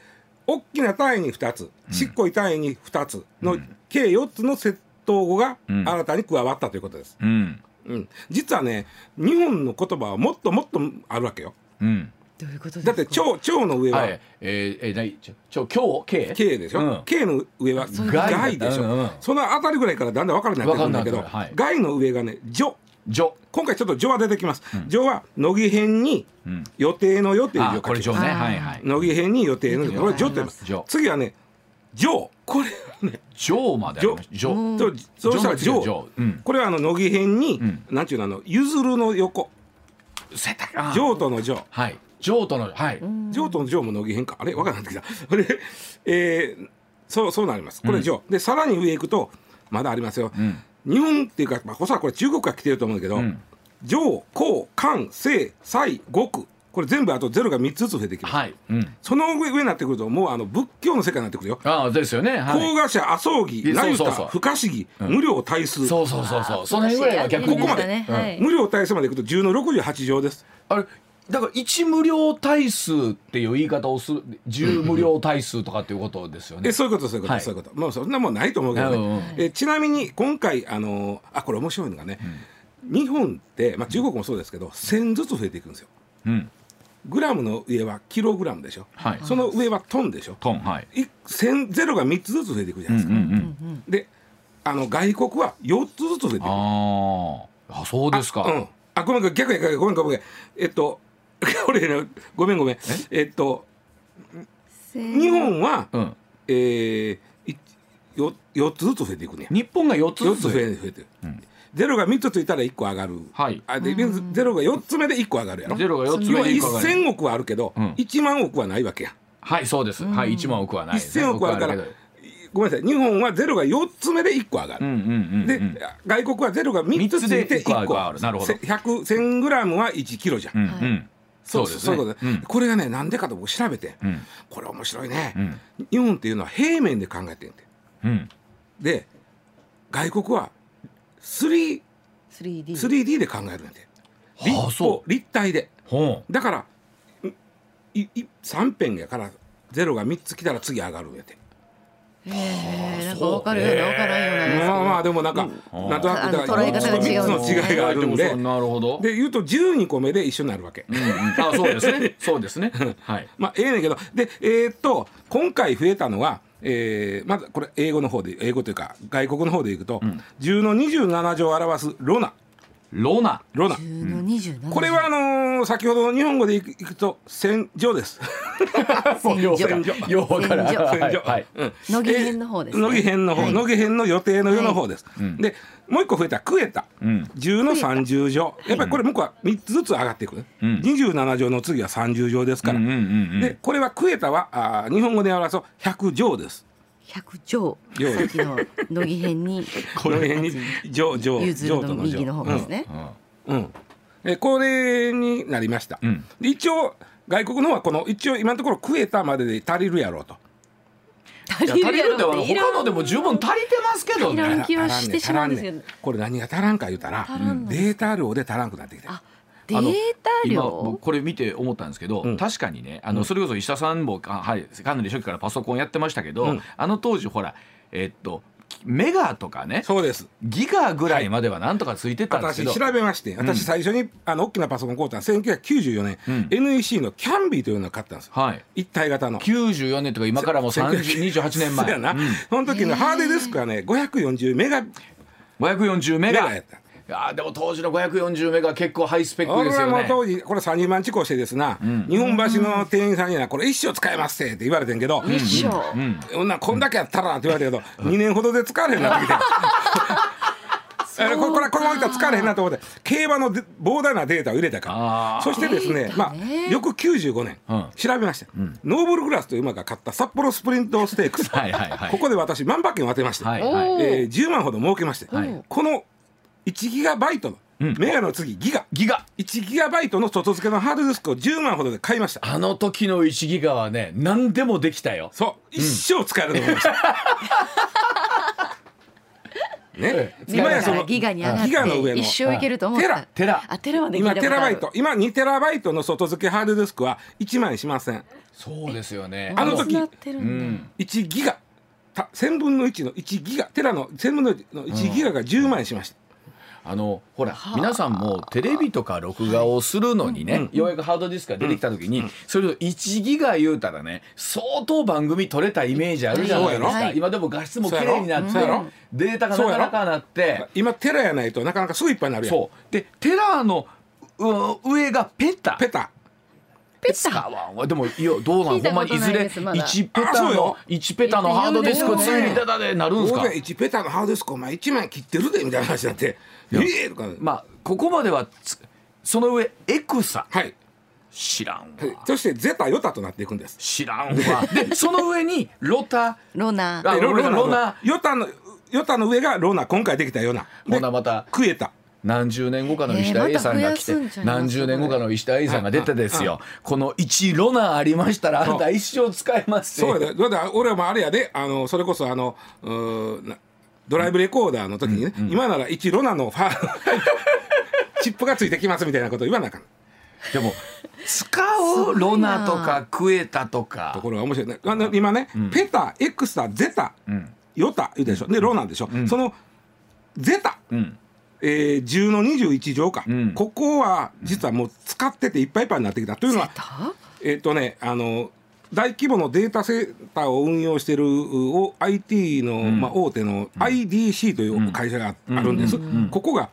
Speaker 3: 大きな単位に2つちっこい単位に2つの計4つの窃盗語が
Speaker 1: うん
Speaker 3: 新たに加わったということです、
Speaker 1: うん
Speaker 3: うん、実はね日本の言葉はもっともっとあるわけよ
Speaker 1: うん
Speaker 4: どういうことです
Speaker 3: だ
Speaker 4: か
Speaker 3: って蝶蝶の上
Speaker 1: は、
Speaker 3: はい
Speaker 1: えー、えー、なにちょ、ちょ、今日、け、
Speaker 3: K でし
Speaker 1: う
Speaker 3: ょ
Speaker 1: ん
Speaker 3: K の上は
Speaker 4: そう
Speaker 1: だ
Speaker 3: 外でし
Speaker 1: うんうん
Speaker 3: ょそのあたりぐらいからだんだん分からなくなってくるんだけど
Speaker 1: 分かんなくな
Speaker 3: 外の上がね女
Speaker 1: ジョ、
Speaker 3: 今回ちょっと「女」は出てきます「女、は乃木編に
Speaker 1: うん、
Speaker 3: 予定の「予」っていう字を
Speaker 1: あ、
Speaker 3: 書
Speaker 1: これ
Speaker 3: き
Speaker 1: ジ
Speaker 3: ま
Speaker 1: ョね、
Speaker 4: あー
Speaker 1: はいはい
Speaker 3: す、乃木編に予定の字これ「女」って言います
Speaker 1: 女
Speaker 3: 次はね「女」これはね
Speaker 1: ジョまでありました、ジョ、
Speaker 3: そうそうしたら「
Speaker 1: ジョの次は
Speaker 3: 女
Speaker 1: 女うん」
Speaker 3: これはあの乃木編に
Speaker 1: うん
Speaker 3: なんていうのあの「ゆずるの横
Speaker 1: せた」
Speaker 3: 「
Speaker 1: か、
Speaker 3: 譲渡の女」
Speaker 1: はい、ジョーとの、はい、
Speaker 3: 譲渡の上も乃木編かあれ分からなくなってきたこれ、えーそうそうなりますこれ上、でさらに上行くとまだありますよ、
Speaker 1: ん
Speaker 3: 日本っていうか、まあ、おそらくこれ中国から来てると思うんだけど、
Speaker 1: ん
Speaker 3: 上高漢西西極これ全部あとゼロが3つずつ増えてきます、
Speaker 1: はい、うん、
Speaker 3: その上上になってくるともうあの仏教の世界になってくるよ、
Speaker 1: あー、ですよね、は
Speaker 3: 高
Speaker 1: い。
Speaker 3: 賀社麻生義
Speaker 1: いや
Speaker 3: 成
Speaker 1: そうそ
Speaker 3: 田
Speaker 1: うそう
Speaker 3: 不可思議無量大数、
Speaker 1: そうそうそうそう、その辺ぐらいは逆に、
Speaker 3: ここまで
Speaker 4: はい
Speaker 3: 無量大数までいくと10の68乗です
Speaker 1: あれ。だから一無料対数っていう言い方をする十無料対数とかっていうことですよね
Speaker 3: え。そういうことそういうこと、
Speaker 1: はい
Speaker 3: そういうこともうそんなもんないと思うけどね、
Speaker 1: うんうん
Speaker 3: えちなみに今回あのーあこれ面白いのがね、日本って、まあ、中国もそうですけど1000ずつ増えていくんですよ
Speaker 1: うん、
Speaker 3: グラムの上はキログラムでしょ、
Speaker 1: はい。
Speaker 3: その上はトンでしょ
Speaker 1: トンはい。
Speaker 3: い1000ゼロが3つずつ増えていくじゃないですか、
Speaker 1: ん。
Speaker 3: であの外国は4つずつ増えていく
Speaker 1: あーあ、そうですか。
Speaker 3: うん、あごめんごめん逆や逆やごめんごめんごめんえっと 俺ねごめんごめんえっと日本は、
Speaker 1: うん。
Speaker 3: えー、いよ4つずつ増えていくね
Speaker 1: 日本が四つ
Speaker 3: 4
Speaker 1: ず
Speaker 3: つ
Speaker 1: つ
Speaker 3: 増え増えてる、ゼロが3つついたら1個上がる、
Speaker 1: はい
Speaker 3: あでゼロが4つ目で1個上がるやろ
Speaker 1: ゼロが四つ
Speaker 3: 要は
Speaker 1: 目に一個上がる
Speaker 3: 1000億はあるけど、
Speaker 1: うん
Speaker 3: 1万億はないわけや
Speaker 1: はい、そうです。はい、一万億はないですね。
Speaker 3: 1000億あるから
Speaker 1: 僕は
Speaker 3: ごめんなさい日本はゼロが4つ目で1個上が
Speaker 1: う
Speaker 3: る、
Speaker 1: んうんうん。
Speaker 3: で、
Speaker 1: うん
Speaker 3: 外国はゼロが3つついて1個
Speaker 1: 三つで一個上がるなるほど
Speaker 3: せ100 1000グラムは1キロじゃん、
Speaker 1: うんうん。そうです
Speaker 3: そう
Speaker 1: ね。
Speaker 3: いうことで
Speaker 1: ん
Speaker 3: これがねなんでかと僕調べて、
Speaker 1: うん
Speaker 3: これ面白いね、
Speaker 1: うん
Speaker 3: 日本っていうのは平面で考えてるんで
Speaker 1: うん。
Speaker 3: で外国は 3-
Speaker 4: 3D
Speaker 3: 3D で考えるんで立
Speaker 1: はあ、そ
Speaker 3: 方立体で
Speaker 1: う。ほ
Speaker 3: だからいい3辺やからゼロが3つ来たら次上がるんやて
Speaker 4: えー、なんか
Speaker 1: そう
Speaker 4: 分かるような分からんようなですけど
Speaker 3: まあまあでもなんか、
Speaker 1: うん
Speaker 3: なんとなくだか
Speaker 4: あの捉
Speaker 3: ら
Speaker 4: え方が違う
Speaker 3: 3つの違いがあるん
Speaker 1: う。
Speaker 3: で
Speaker 1: なるほど。
Speaker 3: で言うと12個目で一緒になるわけ。
Speaker 1: うんうんあ、そうです ね。そうですね。はい。
Speaker 3: まあええねんけどでえーっと今回増えたのは、えーまずこれ英語の方で英語というか外国の方でいくと、10の27乗を表すロナ
Speaker 1: ロ ナ。
Speaker 3: ロナ
Speaker 2: 10の27
Speaker 3: これはあのー先ほどの日本語でいくいくと戦場です。
Speaker 2: 戦場
Speaker 1: 戦場ようわからん
Speaker 2: 戦場
Speaker 1: は
Speaker 3: 戦
Speaker 1: い
Speaker 3: 場
Speaker 1: はい。
Speaker 3: うん
Speaker 4: 乃木編の方ですね
Speaker 3: 乃木編の方、
Speaker 2: はい
Speaker 3: 乃木編の予定の世の方です。
Speaker 1: ん
Speaker 3: で、もう一個増えたクエタ、
Speaker 1: うん
Speaker 3: 10の30乗、やっぱりこれ向こうは三つずつ上がっていくね。
Speaker 1: うん
Speaker 3: 27乗の次は30乗ですから。
Speaker 1: うんうんうんう
Speaker 3: で
Speaker 1: ん。、
Speaker 3: これはクエタはあー日本語で表すと100乗です。
Speaker 2: 100兆
Speaker 3: よう
Speaker 2: さっきの乃木編に
Speaker 3: この辺に 乗乗
Speaker 2: 譲る
Speaker 3: 乗と
Speaker 2: の
Speaker 3: の乗
Speaker 2: 右の方ですね、
Speaker 1: うん
Speaker 3: うん。うんえこれになりました。
Speaker 1: うん
Speaker 3: で一応外国の方はこの一応今のところクエタまでで足りるやろうと。
Speaker 4: 足
Speaker 1: いや足りる
Speaker 4: っ
Speaker 1: ん
Speaker 4: て
Speaker 1: だから他のでも十分足りてますけど
Speaker 4: いら
Speaker 1: ね
Speaker 4: ん。気はしてしまうんですけど
Speaker 3: 足らんねんこれ何が足らんか言うたら
Speaker 4: 足らんの
Speaker 3: データ量で足らんくなってきて
Speaker 4: あデータ
Speaker 1: 今僕
Speaker 4: 量
Speaker 1: これ見て思ったんですけど、
Speaker 3: うん
Speaker 1: 確かにねあのそれこそ石田さんもか,、はい、かなり初期からパソコンやってましたけど、
Speaker 3: うん
Speaker 1: あの当時ほらえっとメガとかね
Speaker 3: そうです
Speaker 1: ギガぐらいまではなんとかついてたんですけ
Speaker 3: 私
Speaker 1: ど、
Speaker 3: 調べまして
Speaker 1: ん
Speaker 3: 私最初にあの大きなパソコン買うたのは1994年、
Speaker 1: うん
Speaker 3: NEC のキャンビーというのを買ったんですよ
Speaker 1: はい、
Speaker 3: 一体型の
Speaker 1: 94年とか今から もう30 28年
Speaker 3: そう
Speaker 1: 前
Speaker 3: やな、その時のハードディスクはね540メガメ
Speaker 1: 540メガ
Speaker 3: ガやった
Speaker 1: あーでも当時の540メガ結構ハイスペック
Speaker 3: 俺
Speaker 1: です
Speaker 3: は
Speaker 1: よ
Speaker 3: もう
Speaker 1: ね。
Speaker 3: 当時これ30万遅行してですな、日本橋の店員さんにはこれ一生使えますってって言われてんけど、
Speaker 4: 一生
Speaker 3: う ん、こんなこんだけやったらって言われたけど、2年ほどで使われへんようになってきてえーこれこれこのままいったら使われへんなと思って競馬ので膨大なデータを入れたか
Speaker 1: あー
Speaker 3: らそしてですね
Speaker 4: デー
Speaker 3: ま
Speaker 4: タ
Speaker 3: あ
Speaker 4: ね
Speaker 3: 翌95年、
Speaker 1: うん
Speaker 3: 調べました、ノーブルグラスという馬が勝った札幌スプリントステークス
Speaker 1: はいはいはい
Speaker 3: ここで私万馬券を当てまして、
Speaker 1: はい
Speaker 4: おー
Speaker 3: えー10万ほど儲けまして、
Speaker 1: はい
Speaker 3: この1ギガバイトの、
Speaker 1: うん
Speaker 3: メガの次ギガ
Speaker 1: ギガ
Speaker 3: 1ギガバイトの外付けのハードディスクを10万ほどで買いました
Speaker 1: あの時の1ギガはね何でもできたよ
Speaker 3: そう一生使えると思いま した、ね
Speaker 1: ええ
Speaker 3: 今やその
Speaker 4: ギガに上が
Speaker 3: ギガの
Speaker 4: っ
Speaker 3: 上
Speaker 4: て
Speaker 3: の
Speaker 4: 一生いけると思った、
Speaker 3: はい
Speaker 1: テラテラ
Speaker 4: あテラまで聞い
Speaker 3: 今
Speaker 4: たこ
Speaker 3: テ
Speaker 4: と
Speaker 3: ラ
Speaker 4: あ
Speaker 3: バ
Speaker 4: る
Speaker 3: イト今2テラバイトの外付けハードディスクは1万円しません
Speaker 1: そうですよね
Speaker 3: あの時
Speaker 4: なってる
Speaker 1: うん
Speaker 4: だ
Speaker 1: ん
Speaker 3: 1ギガた1000分の1の1ギガテラの1000分の1の1ギガが10万円しました、
Speaker 1: あのほら皆さんもテレビとか録画をするのにね、ようやくハードディスクが出てきた時に、それを1ギガ言うたらね相当番組撮れたイメージあるじゃないですか、
Speaker 3: そう
Speaker 4: やろ
Speaker 1: 今でも画質も綺麗になって
Speaker 3: そうやろ
Speaker 1: データがなかなかなって
Speaker 3: 今テラやないとなかなかすぐいっぱいになるやん
Speaker 1: そうでテラーのう上がペタ
Speaker 3: ペタ
Speaker 4: ペ
Speaker 1: 使
Speaker 4: タ
Speaker 1: わんわでもいやどうなん
Speaker 4: 聞
Speaker 1: ほ
Speaker 4: いた
Speaker 1: んまに
Speaker 4: こ
Speaker 1: い
Speaker 4: と
Speaker 1: ず
Speaker 4: ない
Speaker 1: れ
Speaker 4: ですまだ
Speaker 1: 1ペ
Speaker 3: あ
Speaker 1: タ
Speaker 3: そう
Speaker 1: の
Speaker 3: よ
Speaker 1: 1ペタのハードディスクついにタダでなるんす
Speaker 3: 当
Speaker 1: か
Speaker 3: 然1ペタのハードディスクお前1万円切ってるでみたいな話になって「ええ!」とか
Speaker 1: まあここまではつその上エクサ
Speaker 3: はい
Speaker 1: 知らん
Speaker 3: はい
Speaker 1: わ
Speaker 3: そしてゼタヨタとなっていくんです
Speaker 1: 知ら んわでその上にロタ
Speaker 4: ロナ
Speaker 1: あ
Speaker 3: で
Speaker 1: ロナロナ
Speaker 3: ナヨタのヨタの上がロナ今回できたヨナ
Speaker 1: ほ
Speaker 3: で
Speaker 1: なまた
Speaker 3: クエタ
Speaker 1: 何十年後かの石田 A さんが来て、
Speaker 4: えーまた増やすんじゃない
Speaker 1: 何十年後かの石田 A さんが出てですよ、この1ロナーありましたらあなた一生使えます
Speaker 3: そう
Speaker 1: よ
Speaker 3: やでだから俺もあれやであのそれこそあのうーなドライブレコーダーの時にね、今なら1ロナのファ チップがついてきますみたいなこと言わなあかん
Speaker 1: でも使うロナとかクエタとか
Speaker 3: ところが面白いねあの今ね、ペタエクサゼタ、
Speaker 1: ん
Speaker 3: ヨタ言うでしょでロナでしょ、そのゼタ、
Speaker 1: うん
Speaker 3: えー、10の21乗か、
Speaker 1: うん
Speaker 3: ここは実はもう使ってていっぱいいっぱいになってきたというのは
Speaker 4: タ
Speaker 3: えっ、とねあの大規模のデータセンターを運用しているうお IT の、まあ、大手の IDC という会社があるんです、ここが、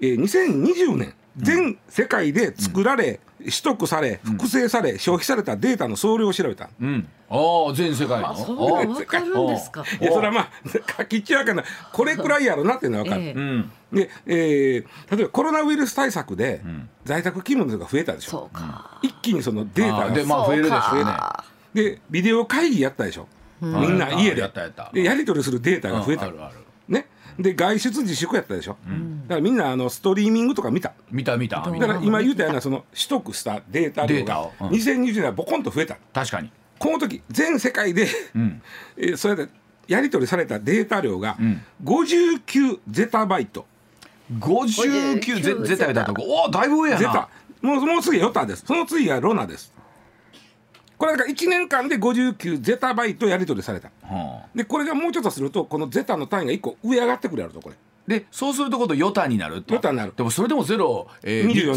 Speaker 3: えー、2020年全世界で作られ、取得され複製され消費されたデータの総量を調べた、
Speaker 1: うん、ああ全世界の
Speaker 4: あそうなの
Speaker 1: あ
Speaker 4: 分かるんですか
Speaker 1: お
Speaker 3: いやそれはまあ 書き散らかなこれくらいやろなっていうのは分 かる、
Speaker 4: え
Speaker 1: う
Speaker 4: え
Speaker 1: ん
Speaker 3: で、えー例えばコロナウイルス対策で在宅勤務の人が増えたでしょ、
Speaker 4: そうか
Speaker 3: 一気にそのデータ
Speaker 1: あ
Speaker 3: が
Speaker 1: でまあ増えるでしょうね
Speaker 3: でビデオ会議やったでしょ、みんな
Speaker 1: あ
Speaker 3: 家で
Speaker 1: やったやった
Speaker 3: でやり取りするデータ
Speaker 1: うん
Speaker 3: が増えた、
Speaker 1: あるある
Speaker 3: ね、で外出自粛やったでしょ、だからみんなあのストリーミングとか見た
Speaker 1: 見た見た見
Speaker 3: だ
Speaker 1: た
Speaker 3: から今言うたようなその取得したデータ量
Speaker 1: データ
Speaker 3: が
Speaker 1: をうん
Speaker 3: 2020年はボコンと増えた
Speaker 1: 確かに
Speaker 3: この時全世界で、
Speaker 1: ん
Speaker 3: えーそれでやり取りされたデータ量が
Speaker 1: ん
Speaker 3: 59ゼタバイト、
Speaker 1: 59ゼ
Speaker 4: 59
Speaker 1: ゼタみたいなとこおおだいぶ上やな
Speaker 3: ゼタもうもう次ヨタですその次がロナですこれだから1年間で59ゼタバイトやり取りされた
Speaker 1: うん
Speaker 3: でこれがもうちょっとするとこのゼタの単位が1個上上がってくるやろとこれ
Speaker 1: でそうすると今度ヨタになると
Speaker 3: ヨタになる
Speaker 1: でもそれでもゼロ、えー、
Speaker 3: 24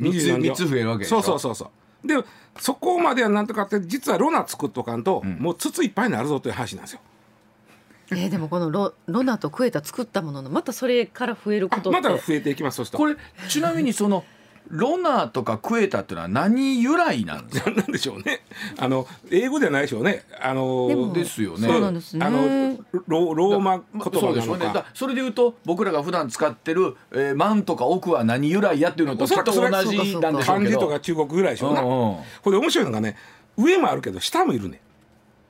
Speaker 1: 3つ
Speaker 3: 秒
Speaker 1: 3
Speaker 3: 24
Speaker 1: つ
Speaker 3: 秒
Speaker 1: 3つ増えるわけでし
Speaker 3: そ
Speaker 1: ょ
Speaker 3: うそうそうそうでそこまではなんとかって実はロナ作っとかんと、もう筒いっぱいになるぞという話なんですよ
Speaker 4: えーでもこのロロナとクエタ作ったもののまたそれから増えるこ
Speaker 3: あ
Speaker 4: とって
Speaker 3: まだ増えていきますそした
Speaker 1: こ
Speaker 3: ら
Speaker 1: れちなみにそのロナーとかクエタっていうのは何由来なんですか
Speaker 3: なんでしょうねあの英語じゃないでしょうねあの
Speaker 4: でも
Speaker 1: ですよね
Speaker 4: そうなんですね
Speaker 3: あのロローマ言
Speaker 1: そ
Speaker 3: 葉
Speaker 1: うで
Speaker 3: な
Speaker 1: しょう
Speaker 3: の
Speaker 1: ねだか
Speaker 3: か
Speaker 1: らそれで言うと僕らが普段使ってる「えー、万」とか「億」は何由来やっていうのと
Speaker 3: お
Speaker 1: き
Speaker 3: そ
Speaker 1: っ
Speaker 3: ら
Speaker 1: と
Speaker 3: く
Speaker 1: 同
Speaker 3: そ
Speaker 1: じ
Speaker 3: れ
Speaker 1: なんでしょうけど
Speaker 3: 漢字とか中国ぐらいでしょうな、
Speaker 1: うんうん
Speaker 3: これ面白いのがね上もあるけど下もいるね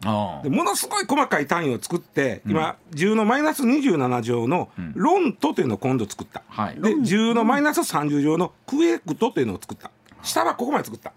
Speaker 1: あ
Speaker 3: でものすごい細かい単位を作って、今10のマイナス27乗のロントというのを今度作った、
Speaker 1: あはい
Speaker 3: で10のマイナス30乗のクエクトというのを作った下はここまで作った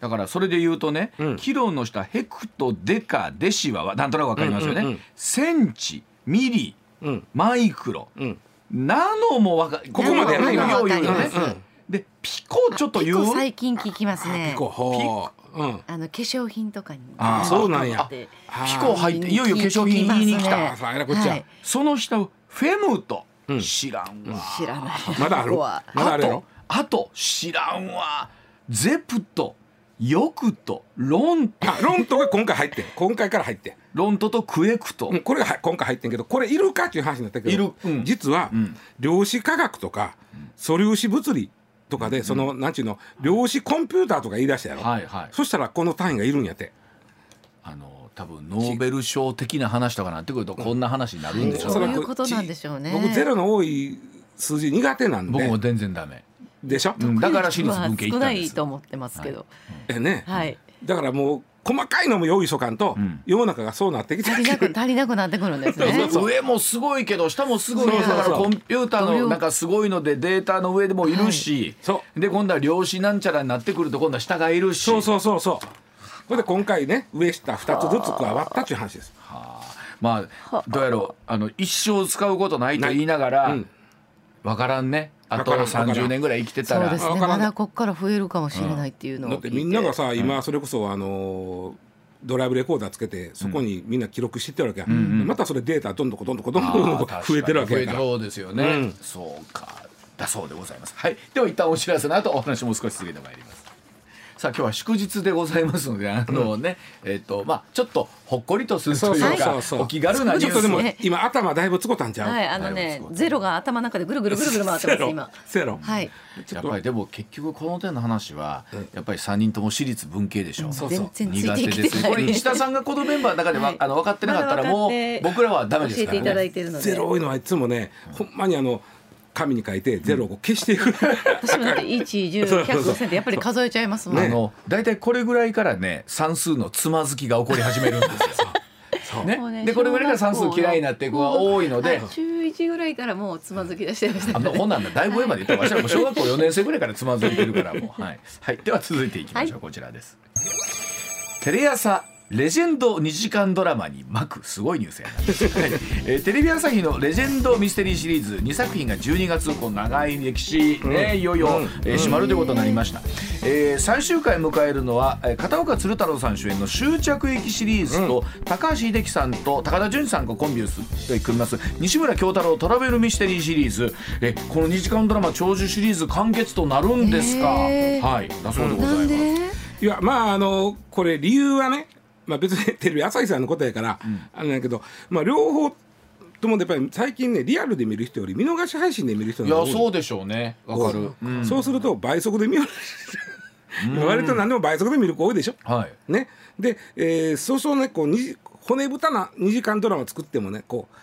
Speaker 1: だからそれで言うとね、
Speaker 3: うん
Speaker 1: キロの下ヘクトデカデシはわなんとなくわかりますよね、
Speaker 3: うんうんうん
Speaker 1: センチミリ
Speaker 3: うん
Speaker 1: マイクロ、
Speaker 3: うん
Speaker 1: ナノもわか
Speaker 3: ここまでやな
Speaker 1: ナノも言
Speaker 4: 今
Speaker 1: うよね
Speaker 4: わかります
Speaker 1: でピコちょっと
Speaker 4: 結
Speaker 1: 言う
Speaker 4: 構最近聞きますね
Speaker 3: ピコほううん
Speaker 4: あの化粧品とかに
Speaker 1: あー
Speaker 3: そうなんや
Speaker 4: あって
Speaker 3: あー
Speaker 1: ピコ入っていよいよ化粧品言いに来た、
Speaker 4: 聞きま
Speaker 3: あそうやなこっちは
Speaker 4: はい
Speaker 1: その下をフェムと、
Speaker 3: うん
Speaker 1: 知らんわ、
Speaker 4: 知らない
Speaker 3: まだある
Speaker 4: ここは
Speaker 3: まだあ
Speaker 1: あ
Speaker 3: るやろ
Speaker 1: とあと知らんわゼプトヨクトロン
Speaker 3: あロントが今回入ってん今回から入ってん
Speaker 1: ロントとクエクト、
Speaker 3: うんこれがは今回入ってんけどこれいるかっていう話になったけど
Speaker 1: いるうん
Speaker 3: 実は、
Speaker 1: ん
Speaker 3: 量子科学とか素粒子物理とかでその、なんちゅうの量子コンピューターとか言い出したやろ、
Speaker 1: はいはい
Speaker 3: そしたらこの単位がいるんやって
Speaker 1: あの多分ノーベル賞的な話とかなってくるとこんな話になるんでしょう
Speaker 3: おそ
Speaker 1: ね
Speaker 3: ら
Speaker 4: そ
Speaker 3: く
Speaker 4: ういうことなんでしょうね
Speaker 3: 僕ゼロの多い数字苦手なん
Speaker 1: 僕
Speaker 3: で
Speaker 1: も全然ダメ、
Speaker 3: でしょ、
Speaker 1: うん、だから私立文系行
Speaker 4: 少
Speaker 1: った
Speaker 4: なん
Speaker 1: で
Speaker 4: い
Speaker 1: す
Speaker 4: と思ってますけど、
Speaker 3: えね
Speaker 4: はい。
Speaker 3: だからもう細かいのも用意しとかんと、
Speaker 1: うん
Speaker 3: 世の中がそうなってきて
Speaker 4: 足りなく足りなくなってくるんです
Speaker 1: ね
Speaker 4: ね。
Speaker 1: 上もすごいけど下もすごい
Speaker 3: そうそうそう
Speaker 1: だからコンピューターのなんかすごいのでデータの上でもいるし、
Speaker 3: そ
Speaker 1: で今度は量子なんちゃらになってくると今度は下がいるし
Speaker 3: そうそうそうそうそれで今回ね上下2つずつ加わったっていう話です
Speaker 1: はあまあどうやろうあの一生使うことないと言いながら
Speaker 3: な
Speaker 1: わ
Speaker 3: いうん
Speaker 1: からんねあと
Speaker 3: わからん
Speaker 1: 30年ぐらい生きてた
Speaker 4: そう
Speaker 1: ら
Speaker 4: ですね。
Speaker 3: わから
Speaker 4: ま
Speaker 3: ん
Speaker 4: だここから増えるかもしれないっていうのを
Speaker 3: だ
Speaker 4: 聞
Speaker 3: っ
Speaker 4: いて。
Speaker 3: てみんながさ今それこそあのードライブレコーダーつけてそこにみんな記録してってるわけや、またそれデータどんどこどんどこどんどこどんどこ
Speaker 1: あー
Speaker 3: 増えてるわけや
Speaker 1: 確
Speaker 3: か
Speaker 1: からに増えてそうですよね、
Speaker 3: うん
Speaker 1: そうかだそうでございますはいでは一旦お知らせの後お話も少し続けてまいりますさあ今日は祝日でございますのであのね、えっ、とまあちょっとほっこりとするというか
Speaker 3: そうそうそうそう
Speaker 1: お気軽なニ
Speaker 3: ち
Speaker 1: ュ
Speaker 3: ょっ
Speaker 1: ー
Speaker 3: と
Speaker 1: ス
Speaker 3: でも
Speaker 1: を
Speaker 3: 今頭だいぶつこたんちゃう、
Speaker 4: はい、あの
Speaker 1: なる
Speaker 4: ね
Speaker 1: ほ、ど
Speaker 4: ゼロが頭の中でぐるぐるぐるぐる回ってます今。
Speaker 3: せろ
Speaker 4: はい。
Speaker 1: やっぱりでも結局この点の話はやっぱり三人とも私立文系でしょ、う
Speaker 3: そう
Speaker 4: 全然つい
Speaker 1: 苦
Speaker 4: て
Speaker 1: 手
Speaker 4: き
Speaker 1: で
Speaker 4: て
Speaker 1: すね
Speaker 4: ない。
Speaker 1: これ石田さんがこのメンバーの中でわ、
Speaker 4: はい
Speaker 1: あの分かってなかったらもう
Speaker 4: まだ分かって
Speaker 1: 僕らはダメです
Speaker 4: 教え
Speaker 1: か
Speaker 4: ていた
Speaker 1: ら
Speaker 4: だ
Speaker 1: ね
Speaker 4: いてるので。
Speaker 3: ゼロ多いのはいつもね、ほんまにあの紙に書いてゼロをこう消してい く、
Speaker 4: 私もだって一十
Speaker 3: そう
Speaker 4: 百五千でやっぱり数えちゃいますもん。
Speaker 1: あの大体これぐらいからね算数のつまずきが起こり始めるんですよ。
Speaker 4: もう
Speaker 1: ね、
Speaker 4: ね
Speaker 1: でこれぐらいから算数嫌いになっていく子が多いので
Speaker 4: はい。中一ぐらいからもうつまずき出してました
Speaker 1: あ
Speaker 4: ね。
Speaker 1: のほんなんだだいぶ上まで行ったわしらもう小学校4年生ぐらいからつまずいてるからもう、 はいはい、では続いていきましょう、
Speaker 4: は
Speaker 1: こちらですテレ朝レジェンド2時間ドラマに巻くすごいニュースやな、はいえーテレビ朝日のレジェンドミステリーシリーズ2作品が12月こう長い歴史、ねいよいよ、えー閉まるということになりました、えー最終回迎えるのはえー片岡鶴太郎さん主演の「終着駅」シリーズと、高橋英樹さんと高田純次さんがコンビをす組みます西村京太郎トラベルミステリーシリーズえこの2時間ドラマ長寿シリーズ完結となるんですか、
Speaker 4: へー
Speaker 1: はいだそうでござい
Speaker 4: な
Speaker 1: ま
Speaker 4: ん
Speaker 1: す。
Speaker 4: で？
Speaker 3: いやまああのこれ理由はね、まあ、別にテレビ朝日さんのことやから、あれなんやけど、まあ、両方ともやっぱり最近ねリアルで見る人より見逃し配信で見る人
Speaker 1: い
Speaker 3: の
Speaker 1: や
Speaker 3: 方が多い
Speaker 1: そうでしょうねわかる、うん
Speaker 3: そうすると倍速で見よう割と何でも倍速で見る子多いでしょ。
Speaker 1: はい
Speaker 3: ね、で、えーそうそうねこうにじ骨太な2時間ドラマ作ってもねこう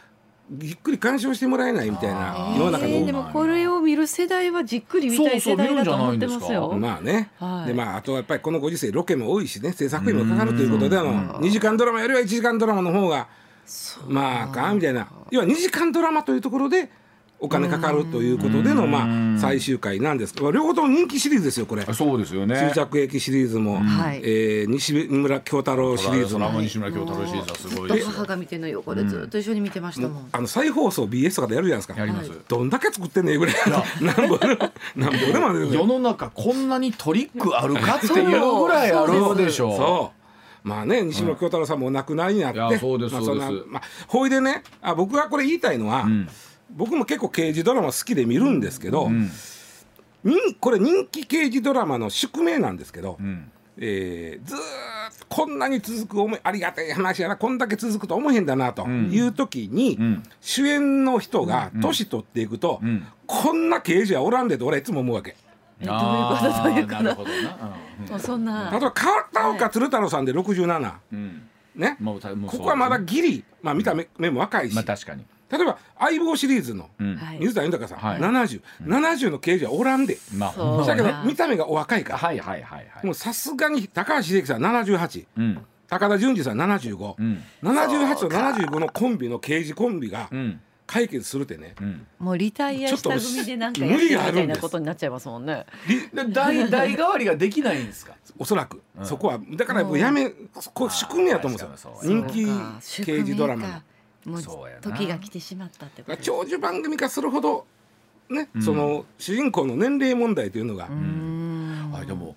Speaker 3: じっくり鑑賞してもらえないみたいな
Speaker 1: あー
Speaker 3: 世の中
Speaker 4: えー
Speaker 3: の
Speaker 4: でもこれを見る世代はじっくり見たい世代だと思ってます
Speaker 1: そうそう見るんじゃないんですか
Speaker 4: よ。
Speaker 3: まあね、
Speaker 4: はい
Speaker 3: でまあ、あとはやっぱりこのご時世ロケも多いしね制作費もかかるということであの2時間ドラマよりは1時間ドラマの方がまああかんみたいな要は2時間ドラマというところでお金かかるということでのまあ最終回なんですけど両方とも人気シリーズですよこれ
Speaker 1: あそうですよね
Speaker 3: 終着駅シリーズも、
Speaker 4: はい
Speaker 3: えー西村京太郎シリーズ
Speaker 1: トラベ
Speaker 3: も
Speaker 1: ル西村京太郎シリーズはすごい
Speaker 4: ず
Speaker 1: で
Speaker 4: っ
Speaker 1: す
Speaker 4: と
Speaker 1: よ
Speaker 4: 母が見ての横でずっと一緒に見てましたもん。
Speaker 3: あの再放送 BS とかでやるじゃないで
Speaker 1: や
Speaker 3: すか
Speaker 1: ります、
Speaker 3: どんだけ作ってんねえぐらいの なんぼでもなんぼでもあるんですよ
Speaker 1: 世の中こんなにトリックあるかっていうぐらいあるでしょ
Speaker 3: そうまあね西村京太郎さんもお亡くなりになって、
Speaker 1: いやそうです
Speaker 3: まあ、
Speaker 1: そうです
Speaker 3: んなまあ、ほいでねあ僕がこれ言いたいのは、僕も結構刑事ドラマ好きで見るんですけど、にこれ人気刑事ドラマの宿命なんですけど、
Speaker 1: ん
Speaker 3: えーずーっとこんなに続く思いありがたい話やなこんだけ続くと思えへんだなという時に、
Speaker 1: ん
Speaker 3: 主演の人が年取っていくと、
Speaker 1: ん
Speaker 3: こんな刑事はおらんでと俺はいつも思うわけ。
Speaker 1: う
Speaker 4: どういうことどういうこと
Speaker 1: なるほどな、
Speaker 4: もうそん
Speaker 3: 例え
Speaker 4: な。
Speaker 3: ば片岡鶴太郎さんで67、
Speaker 1: うんうん
Speaker 3: ね、
Speaker 1: まあ歌もそうですね
Speaker 3: ここはまだギリ、まあ、見た目目も若いし、
Speaker 1: まあ確かに、
Speaker 3: 例えば「相棒」シリーズの
Speaker 1: うん
Speaker 4: はい
Speaker 3: 水谷豊さん、
Speaker 1: はい
Speaker 3: 7070の刑事はおらんで、
Speaker 1: まあ
Speaker 4: そう
Speaker 1: ほんまは
Speaker 3: だけ
Speaker 1: ね
Speaker 3: ど見た目がお若いから、
Speaker 1: はいはいはいはい
Speaker 3: もうさすがに高橋英樹さん78
Speaker 1: うん
Speaker 3: 高田純次さん7578
Speaker 1: うん、
Speaker 3: と75のコンビの刑事コンビが
Speaker 1: うん
Speaker 3: 解決するってね、
Speaker 1: うん、
Speaker 4: もうリタイアした組でなんかやってるみたいなことになっちゃいますもんね。
Speaker 1: で代代替わりができないんですか
Speaker 3: おそらく、
Speaker 1: うん
Speaker 3: そこはだからもうやめこう仕組みやと思うんですよ
Speaker 1: あー確か
Speaker 3: 人
Speaker 1: に
Speaker 3: 気刑事ドラマの。
Speaker 4: もう
Speaker 1: そうやな
Speaker 4: 時が来てしまったってこ
Speaker 3: だから
Speaker 4: と。
Speaker 3: 長寿番組化するほど、ねその主人公の年齢問題というのが、
Speaker 4: うん
Speaker 1: はい、でも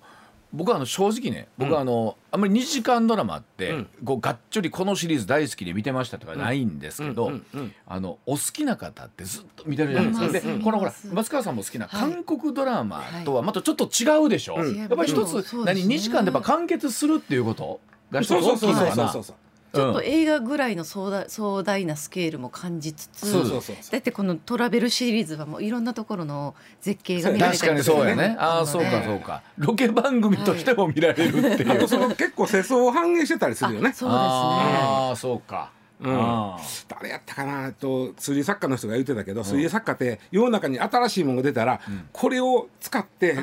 Speaker 1: 僕はあの正直ね僕はあの、あんまり2時間ドラマって、
Speaker 3: うん
Speaker 1: こうがっちょりこのシリーズ大好きで見てましたとかないんですけど、
Speaker 3: うんうんうん
Speaker 1: あのお好きな方ってずっと見てるじゃないですか、
Speaker 3: う
Speaker 1: で
Speaker 3: んうん
Speaker 1: このほら
Speaker 4: うん
Speaker 1: 松川さんも好きな
Speaker 4: はい
Speaker 1: 韓国ドラマとはまたちょっと違うでしょ、
Speaker 3: うん
Speaker 1: やっぱり一
Speaker 4: 違います
Speaker 1: つ、
Speaker 4: そうです
Speaker 1: 何
Speaker 4: ね
Speaker 1: 2時間でやっぱ完結するっていうことが一つ
Speaker 3: そうそ
Speaker 1: 大きい
Speaker 3: うそう
Speaker 1: の
Speaker 3: そう
Speaker 1: か
Speaker 3: そ
Speaker 1: な
Speaker 3: うそうそう
Speaker 4: ちょっと映画ぐらいの壮大壮大なスケールも感じつつ
Speaker 3: そうそうそう
Speaker 4: だってこのトラベルシリーズはもういろんなところの絶景が見られ
Speaker 1: 確
Speaker 4: た
Speaker 1: か
Speaker 4: り
Speaker 1: に
Speaker 4: する
Speaker 1: そうやね。ああ、
Speaker 4: ので
Speaker 1: そうか、そうか。ロケ番組としても見られるっていう。
Speaker 3: あとその結構世相を反映してたりするよね
Speaker 4: あそう
Speaker 1: ああ、そうか。
Speaker 3: うん
Speaker 1: あー
Speaker 3: 誰やったかなえっと水泳作家の人が言ってたけど、水泳作家って世の中に新しいものが出たら、これを使って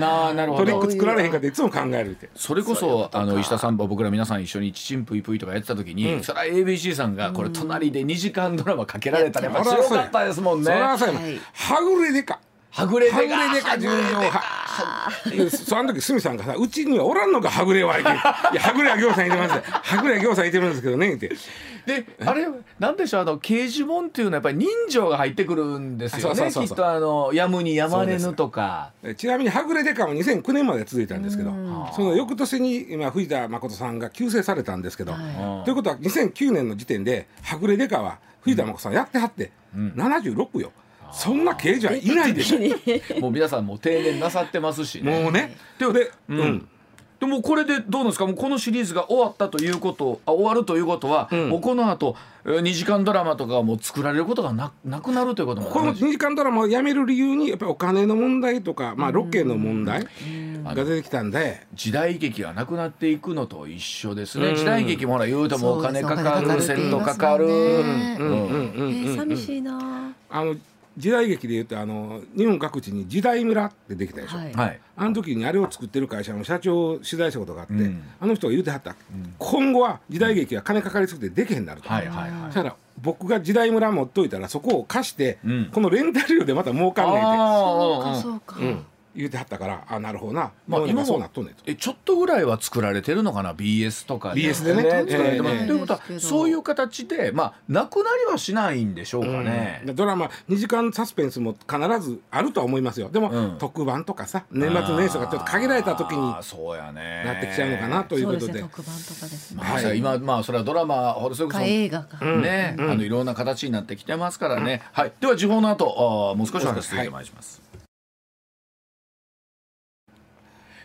Speaker 1: なあ、なるほ
Speaker 3: トリッ
Speaker 1: ど。
Speaker 3: ク作られへんかっていつも考えるって。
Speaker 1: それこそあの石田さんも僕ら皆さん一緒に「ちちんぷいぷい」とかやってた時に、そりゃ ABC さんがこれ隣で2時間ドラマかけられたらやっぱ強かったですもん
Speaker 3: そら
Speaker 1: ね。
Speaker 3: そうやもん
Speaker 4: はい
Speaker 3: はぐれでか。
Speaker 1: はぐれ
Speaker 3: はぐ
Speaker 1: で
Speaker 3: れ
Speaker 1: か
Speaker 3: でか重要は。でその時鷲見さんがさ「うちにはおらんのかはぐれは」って言ういやはぐれはぎょうさんいてます」はぐれはぎょうさんいてるんですけどね」って
Speaker 1: であれなんでしょうあの刑事もんっていうのはやっぱり人情が入ってくるんですよ
Speaker 3: そうそ
Speaker 1: ね
Speaker 3: う
Speaker 1: き
Speaker 3: そう
Speaker 1: っ
Speaker 3: そう
Speaker 1: とあのやむにやまれぬとか。
Speaker 3: えちなみに「はぐれデカ」は2009年まで続いたんですけどその翌年に今藤田誠さんが急逝されたんですけど、
Speaker 4: は
Speaker 3: ということは2009年の時点で「はぐれデカ」は藤田誠さんやってはって、76よそんな刑事はいないでしょ
Speaker 1: もう皆さんもう定年なさってますしね。
Speaker 3: もうね
Speaker 1: で
Speaker 3: で、うん
Speaker 1: でもこれでどうなんですかもうこのシリーズが終わったということあ終わるということは、
Speaker 3: ん
Speaker 1: もうこの後えー2時間ドラマとかはもう作られることがななくなるということも
Speaker 3: こ
Speaker 1: ある
Speaker 3: の
Speaker 1: んでしょ
Speaker 3: 2時間ドラマをやめる理由にやっぱりお金の問題とか、まあ、ロケの問題が出てきたんで。
Speaker 1: 時代劇がなくなっていくのと一緒ですね、時代劇もほら言うともうお金かかるセットかかる。
Speaker 3: うんうんう
Speaker 4: ねえ
Speaker 3: ん
Speaker 4: ー寂しいな
Speaker 3: あの時代劇でいうとあの日本各地に時代村ってできたでしょ、
Speaker 4: はい
Speaker 1: はい
Speaker 3: あの時にあれを作ってる会社の社長を取材したことがあって、
Speaker 1: うん
Speaker 3: あの人が言うてはった、今後は時代劇は金かかりすぎてできへんなると、
Speaker 1: はいはいはい
Speaker 3: そしたら僕が時代村持っといたらそこを貸して、
Speaker 1: うん
Speaker 3: このレンタル料でまた儲かんねんて
Speaker 4: そ
Speaker 1: あ
Speaker 4: うか
Speaker 1: ー
Speaker 4: そうか
Speaker 3: うん言うてはったからあなるほどな、
Speaker 1: まあ
Speaker 3: まあ、
Speaker 1: 今も
Speaker 3: 今そうなっとんねんと。
Speaker 1: えちょっとぐらいは作られてるのかな BS とか
Speaker 3: BS でね
Speaker 1: 作られてます
Speaker 3: ええ
Speaker 1: ということは
Speaker 4: ええ
Speaker 1: そういう形でまあなくなりはしないんでしょうかね。
Speaker 3: ドラマ2時間サスペンスも必ずあるとは思いますよでも、
Speaker 1: うん
Speaker 3: 特番とかさ年末年始とかちょっと限られた時に
Speaker 1: あーそうやね
Speaker 3: なってきちゃうのかなという
Speaker 4: そ
Speaker 3: こ
Speaker 4: うで
Speaker 3: と
Speaker 4: す
Speaker 3: で
Speaker 4: ね特番とかですね
Speaker 1: まあ、今まあそれはドラマほらそれこそ
Speaker 4: か映画か
Speaker 1: ね、あのいろんな形になってきてますからね、はいでは時報の後あーもう少しお話し続けてまいります、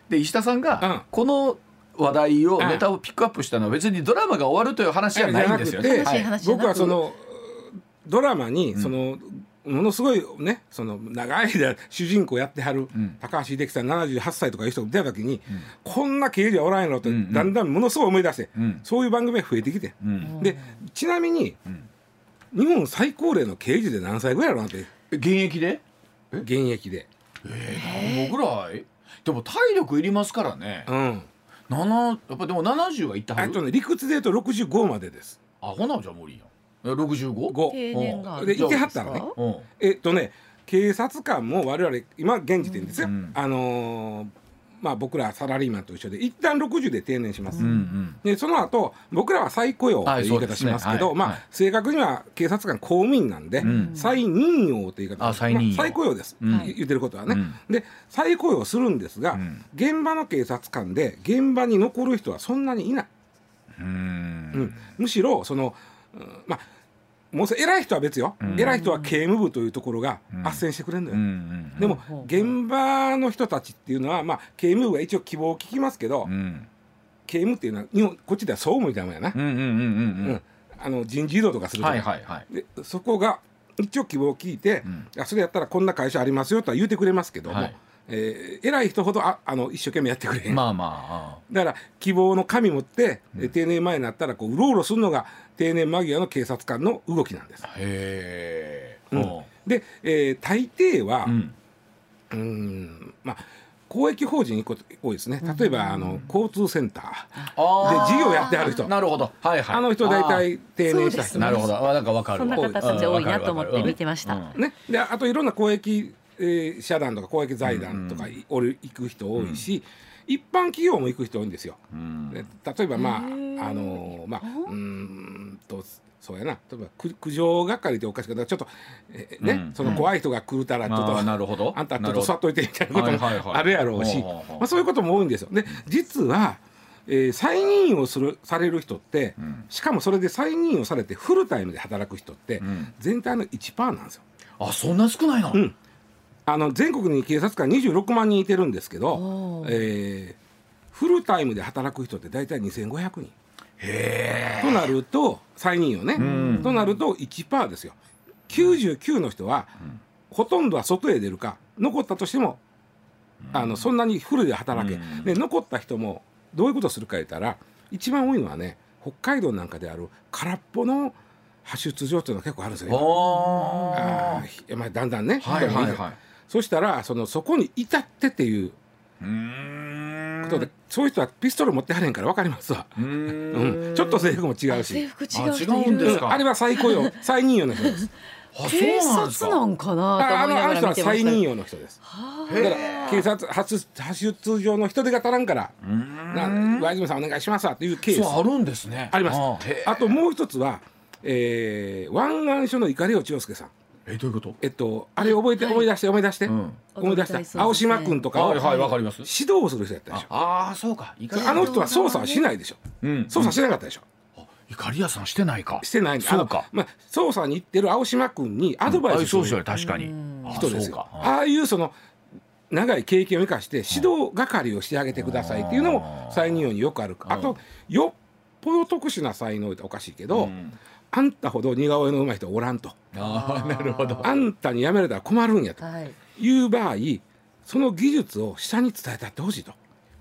Speaker 1: で石田さん
Speaker 3: うん
Speaker 1: がこの話題を
Speaker 3: うん
Speaker 1: ネタをピックアップしたのは別にドラマが終わるという話じゃないんですよ
Speaker 3: じ
Speaker 1: ね
Speaker 3: ゃなくて
Speaker 4: 悲しい話じゃなく
Speaker 3: 僕はそのドラマにその、ものすごいねその長い間主人公やってはる、
Speaker 1: ん
Speaker 3: 高橋英樹さん78歳とかいう人が出た時に、こんな刑事はおらんやろと、
Speaker 1: うんうん
Speaker 3: だんだんものすごい思い出して、
Speaker 1: うん
Speaker 3: そういう番組が増えてきて、
Speaker 1: うん
Speaker 3: でちなみに、日本最高齢の刑事で何歳ぐらいやろうなって
Speaker 1: 現役で
Speaker 3: 現役で、
Speaker 1: 何本ぐらいでも体力いりますからね、
Speaker 3: うん、
Speaker 1: 七やっぱでも70はいったは
Speaker 3: あと
Speaker 1: る
Speaker 3: ね理屈で言うと65までです
Speaker 1: あほなじゃ無理やんえ 65?
Speaker 3: 5
Speaker 4: 定年がある
Speaker 3: で行けはったらね
Speaker 1: うん
Speaker 3: えっとね警察官も我々今現時点ですよ、
Speaker 1: うん
Speaker 3: あのーまあ僕らサラリーマンと一緒で一旦60で定年します、
Speaker 1: うんうん
Speaker 3: でその後僕らは再雇用という言い
Speaker 1: はいそうで
Speaker 3: 方
Speaker 1: す
Speaker 3: し
Speaker 1: ね
Speaker 3: ますけど、
Speaker 1: はい
Speaker 3: まあ
Speaker 1: はい
Speaker 3: 正確には警察官公務員なんで、
Speaker 1: うん
Speaker 3: 再任用という言い方
Speaker 1: あ再任用
Speaker 3: まあ再雇用です、
Speaker 1: うん
Speaker 3: 言ってることはね、
Speaker 1: うん
Speaker 3: で再雇用するんですが、
Speaker 1: うん
Speaker 3: 現場の警察官で現場に残る人はそんなにいない、
Speaker 1: う
Speaker 3: うん
Speaker 1: ん
Speaker 3: むしろその、うんまあもうそれ偉い人は別よ、
Speaker 1: うん
Speaker 3: 偉い人は刑務部というところが斡旋してくれるのよ、
Speaker 1: うんうん
Speaker 3: でも現場の人たちっていうのは、まあ、刑務部は一応希望を聞きますけど、
Speaker 1: うん
Speaker 3: 刑務っていうのは日本こっちでは総務みたいなもんやな、
Speaker 1: うんうんうんうん
Speaker 3: うんあの人事異動とかするじゃな
Speaker 1: はいいはいはい。
Speaker 3: でそこが一応希望を聞いて、
Speaker 1: ん
Speaker 3: あそれやったらこんな会社ありますよとは言うてくれますけども、
Speaker 1: はい
Speaker 3: えー偉い人ほどああの一生懸命やってくれへん、
Speaker 1: まあま
Speaker 3: だから希望の紙持って、え定年前になったらこううろうろするのが定年間際の警察官の動きなんです。
Speaker 1: あ。へえ。
Speaker 3: うんで、えー大抵は、
Speaker 1: うん。
Speaker 3: うーんまあ公益法人一個多いですね例えば、あの交通センタ
Speaker 1: あ
Speaker 3: ーで
Speaker 1: あ。
Speaker 3: 事業やってはる人あ
Speaker 1: なるほど。はいはい。
Speaker 3: の人大体定年し
Speaker 4: そう
Speaker 3: た人
Speaker 4: です
Speaker 1: なるほど。あなんかわかる。
Speaker 4: そんな方たち多いなと思って見てました
Speaker 1: うん
Speaker 3: ね、であといろんな公益、えー社団とか公益財団とかいおる行く人多いし、一般企業も行く人多いんですよ。
Speaker 1: うん
Speaker 3: で例えばまああ
Speaker 4: ー
Speaker 3: のーまあうーんとそうやな例えば苦苦情係でおかしくないちょっと、えーね
Speaker 1: うん
Speaker 3: その怖い人が来るたらちょっと、
Speaker 1: あーなるほど
Speaker 3: あんたちょ
Speaker 1: な
Speaker 3: っ
Speaker 1: る
Speaker 3: と
Speaker 1: ほど
Speaker 3: 座っといてみたいなこと
Speaker 1: はいはいはい
Speaker 3: もあるやろう
Speaker 1: ほ
Speaker 3: し、
Speaker 1: うほうほう
Speaker 3: まあ、そういうことも多いんですよ。で実は、えー再任用するされる人って、しかもそれで再任用されてフルタイムで働く人って、
Speaker 1: ん
Speaker 3: 全体の1%なんですよ。
Speaker 1: あそんな少ないの。うん
Speaker 3: あの全国に警察官26万人いてるんですけど、えーフルタイムで働く人って大体2500人
Speaker 1: へ
Speaker 3: となると再任用ね、
Speaker 1: ん
Speaker 3: となると1%ですよ99の人は、ほとんどは外へ出るか残ったとしても、あのそんなにフルで働け、
Speaker 1: うん
Speaker 3: で残った人もどういうことするか言ったら一番多いのはね北海道なんかである空っぽの派出所っていうのが結構あるんです
Speaker 1: え。
Speaker 3: よ。
Speaker 1: あ
Speaker 3: あーひまあ、だんだんね、
Speaker 1: あ。はいはい
Speaker 3: 人が
Speaker 1: は
Speaker 3: ねそしたらそのそこに至ってってい
Speaker 1: い。
Speaker 3: う
Speaker 1: うーん
Speaker 3: ことで、そういう人はピストル持ってはれんから分かりますわ、
Speaker 1: うー
Speaker 3: うんん、ちょっと制服も違うし
Speaker 4: 制服違う人
Speaker 1: あ
Speaker 4: い
Speaker 1: 違うん
Speaker 4: る
Speaker 1: です
Speaker 3: うんあれは再雇用再任用の人です
Speaker 1: あ
Speaker 4: 警
Speaker 1: そうなんです
Speaker 4: 察な
Speaker 1: か
Speaker 4: んかなと
Speaker 3: ああ
Speaker 4: 思い
Speaker 3: の
Speaker 4: な
Speaker 3: あ
Speaker 4: が
Speaker 3: の人
Speaker 4: ら
Speaker 3: は
Speaker 4: 見てま
Speaker 3: 再
Speaker 4: し
Speaker 3: 任
Speaker 4: たけど
Speaker 3: 用の人です
Speaker 4: は
Speaker 1: へ
Speaker 3: だ
Speaker 1: ー
Speaker 3: から警察発発出上の人手が足らんから
Speaker 1: うーん
Speaker 3: な上島さんお願いしますわっていうケース
Speaker 1: そうあるんですね
Speaker 3: あります
Speaker 1: へー
Speaker 3: あともう一つは、えー、湾岸署の碇尾千代介さん
Speaker 1: えどういうこと
Speaker 3: えっとあれ覚えて、
Speaker 4: はい
Speaker 3: 思い出して思い出して、
Speaker 1: うん
Speaker 3: 思い出し
Speaker 4: 踊りたいそうです
Speaker 3: た
Speaker 4: ね
Speaker 3: 青島君とかを
Speaker 1: はいはいわ
Speaker 3: 指
Speaker 1: かります
Speaker 3: 導をする人やったでしょ
Speaker 1: ああそうかイカ
Speaker 3: あの人は捜査はしないでしょ
Speaker 1: うん
Speaker 3: 捜査してなかったでしょ
Speaker 1: イカリアさんしてないか
Speaker 3: してないんであの
Speaker 1: そうか
Speaker 3: まあ、捜査に行ってる青島君にアドバ
Speaker 1: あ
Speaker 3: イスす
Speaker 1: そう
Speaker 3: る
Speaker 1: ですよね確かに
Speaker 4: うん
Speaker 1: あ
Speaker 3: 人ですよ
Speaker 1: そうか
Speaker 3: ああいうその長い経験を生かして指導係をしてあげてくださいっていうの
Speaker 1: あ
Speaker 3: も
Speaker 1: ー
Speaker 3: 再任用によくあるあとよっぽど特殊な才能っておかしいけど、
Speaker 1: うん
Speaker 3: あんたほど似顔絵の上手い人おらんと
Speaker 1: ああなるほど
Speaker 3: あんたに辞められたら困るんやと
Speaker 4: はい
Speaker 3: いう場合その技術を下に伝えたってほしいと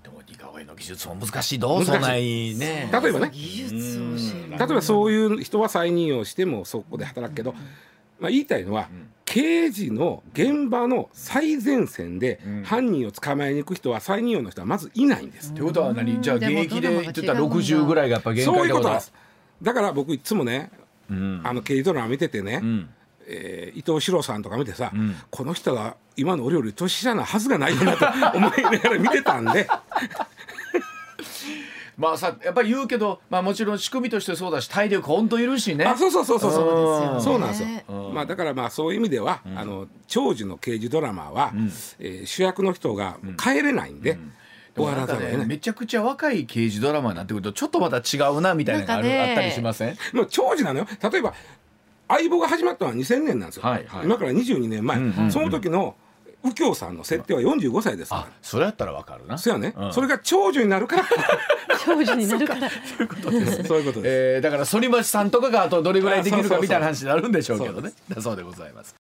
Speaker 1: でも似顔絵の技術も難しいどう
Speaker 3: 難しい
Speaker 1: そないね
Speaker 3: 例えばね
Speaker 4: 技術を教える
Speaker 3: 例えばそういう人は再任用してもそこで働くけど、まあ、言いたいのは、刑事の現場の最前線で
Speaker 1: うん
Speaker 3: 犯人を捕まえに行く人は再任用の人はまずいないんです
Speaker 1: っ。てことは何じゃあ現
Speaker 4: でも
Speaker 1: 役で
Speaker 4: ドラマが
Speaker 1: 言ってた
Speaker 4: 違うんだ
Speaker 1: 60ぐらいがやっぱ限
Speaker 3: そうい
Speaker 1: 界
Speaker 3: う
Speaker 1: だ
Speaker 3: ことなんです。だから僕いつもね、
Speaker 1: うん
Speaker 3: あの刑事ドラマ見ててね、
Speaker 1: うん
Speaker 3: えー伊藤史郎さんとか見てさ、
Speaker 1: ん
Speaker 3: この人が今の俺より年下なはずがないよなと思いながら見てたんで、
Speaker 1: まあさやっぱり言うけどまあもちろん仕組みとしてそうだし体力本当いる しね
Speaker 3: あそうそうそうそうそう
Speaker 4: ですよね
Speaker 3: そうなん ですよ。
Speaker 1: うん
Speaker 3: まあだからまあそういう意味では、あの長寿の刑事ドラマは、えー主役の人が帰れないんで、終わらざるを
Speaker 1: でも
Speaker 3: 得
Speaker 1: なんかね
Speaker 3: ない。
Speaker 1: めちゃくちゃ若い刑事ドラマなんてくるとちょっとまた違うなみたいなのがある
Speaker 4: なんかね
Speaker 1: あったりしません
Speaker 3: もう長寿なのよ。例えば相棒が始まったのは2000年なんですよ。
Speaker 1: はいはい
Speaker 3: 今から22年前、その時の右京さんの設定は45歳ですから
Speaker 1: あ。それやったらわかるな
Speaker 3: そうやね、
Speaker 1: ん
Speaker 3: それが長寿になる から
Speaker 4: 長寿になるから
Speaker 3: そういうことです。
Speaker 1: えーだから反町さんとかがあとどれぐらいできるかみたいな
Speaker 3: あ
Speaker 1: 話になるんでしょうけ
Speaker 3: そ
Speaker 1: ど
Speaker 3: うで
Speaker 1: ねだそうでございます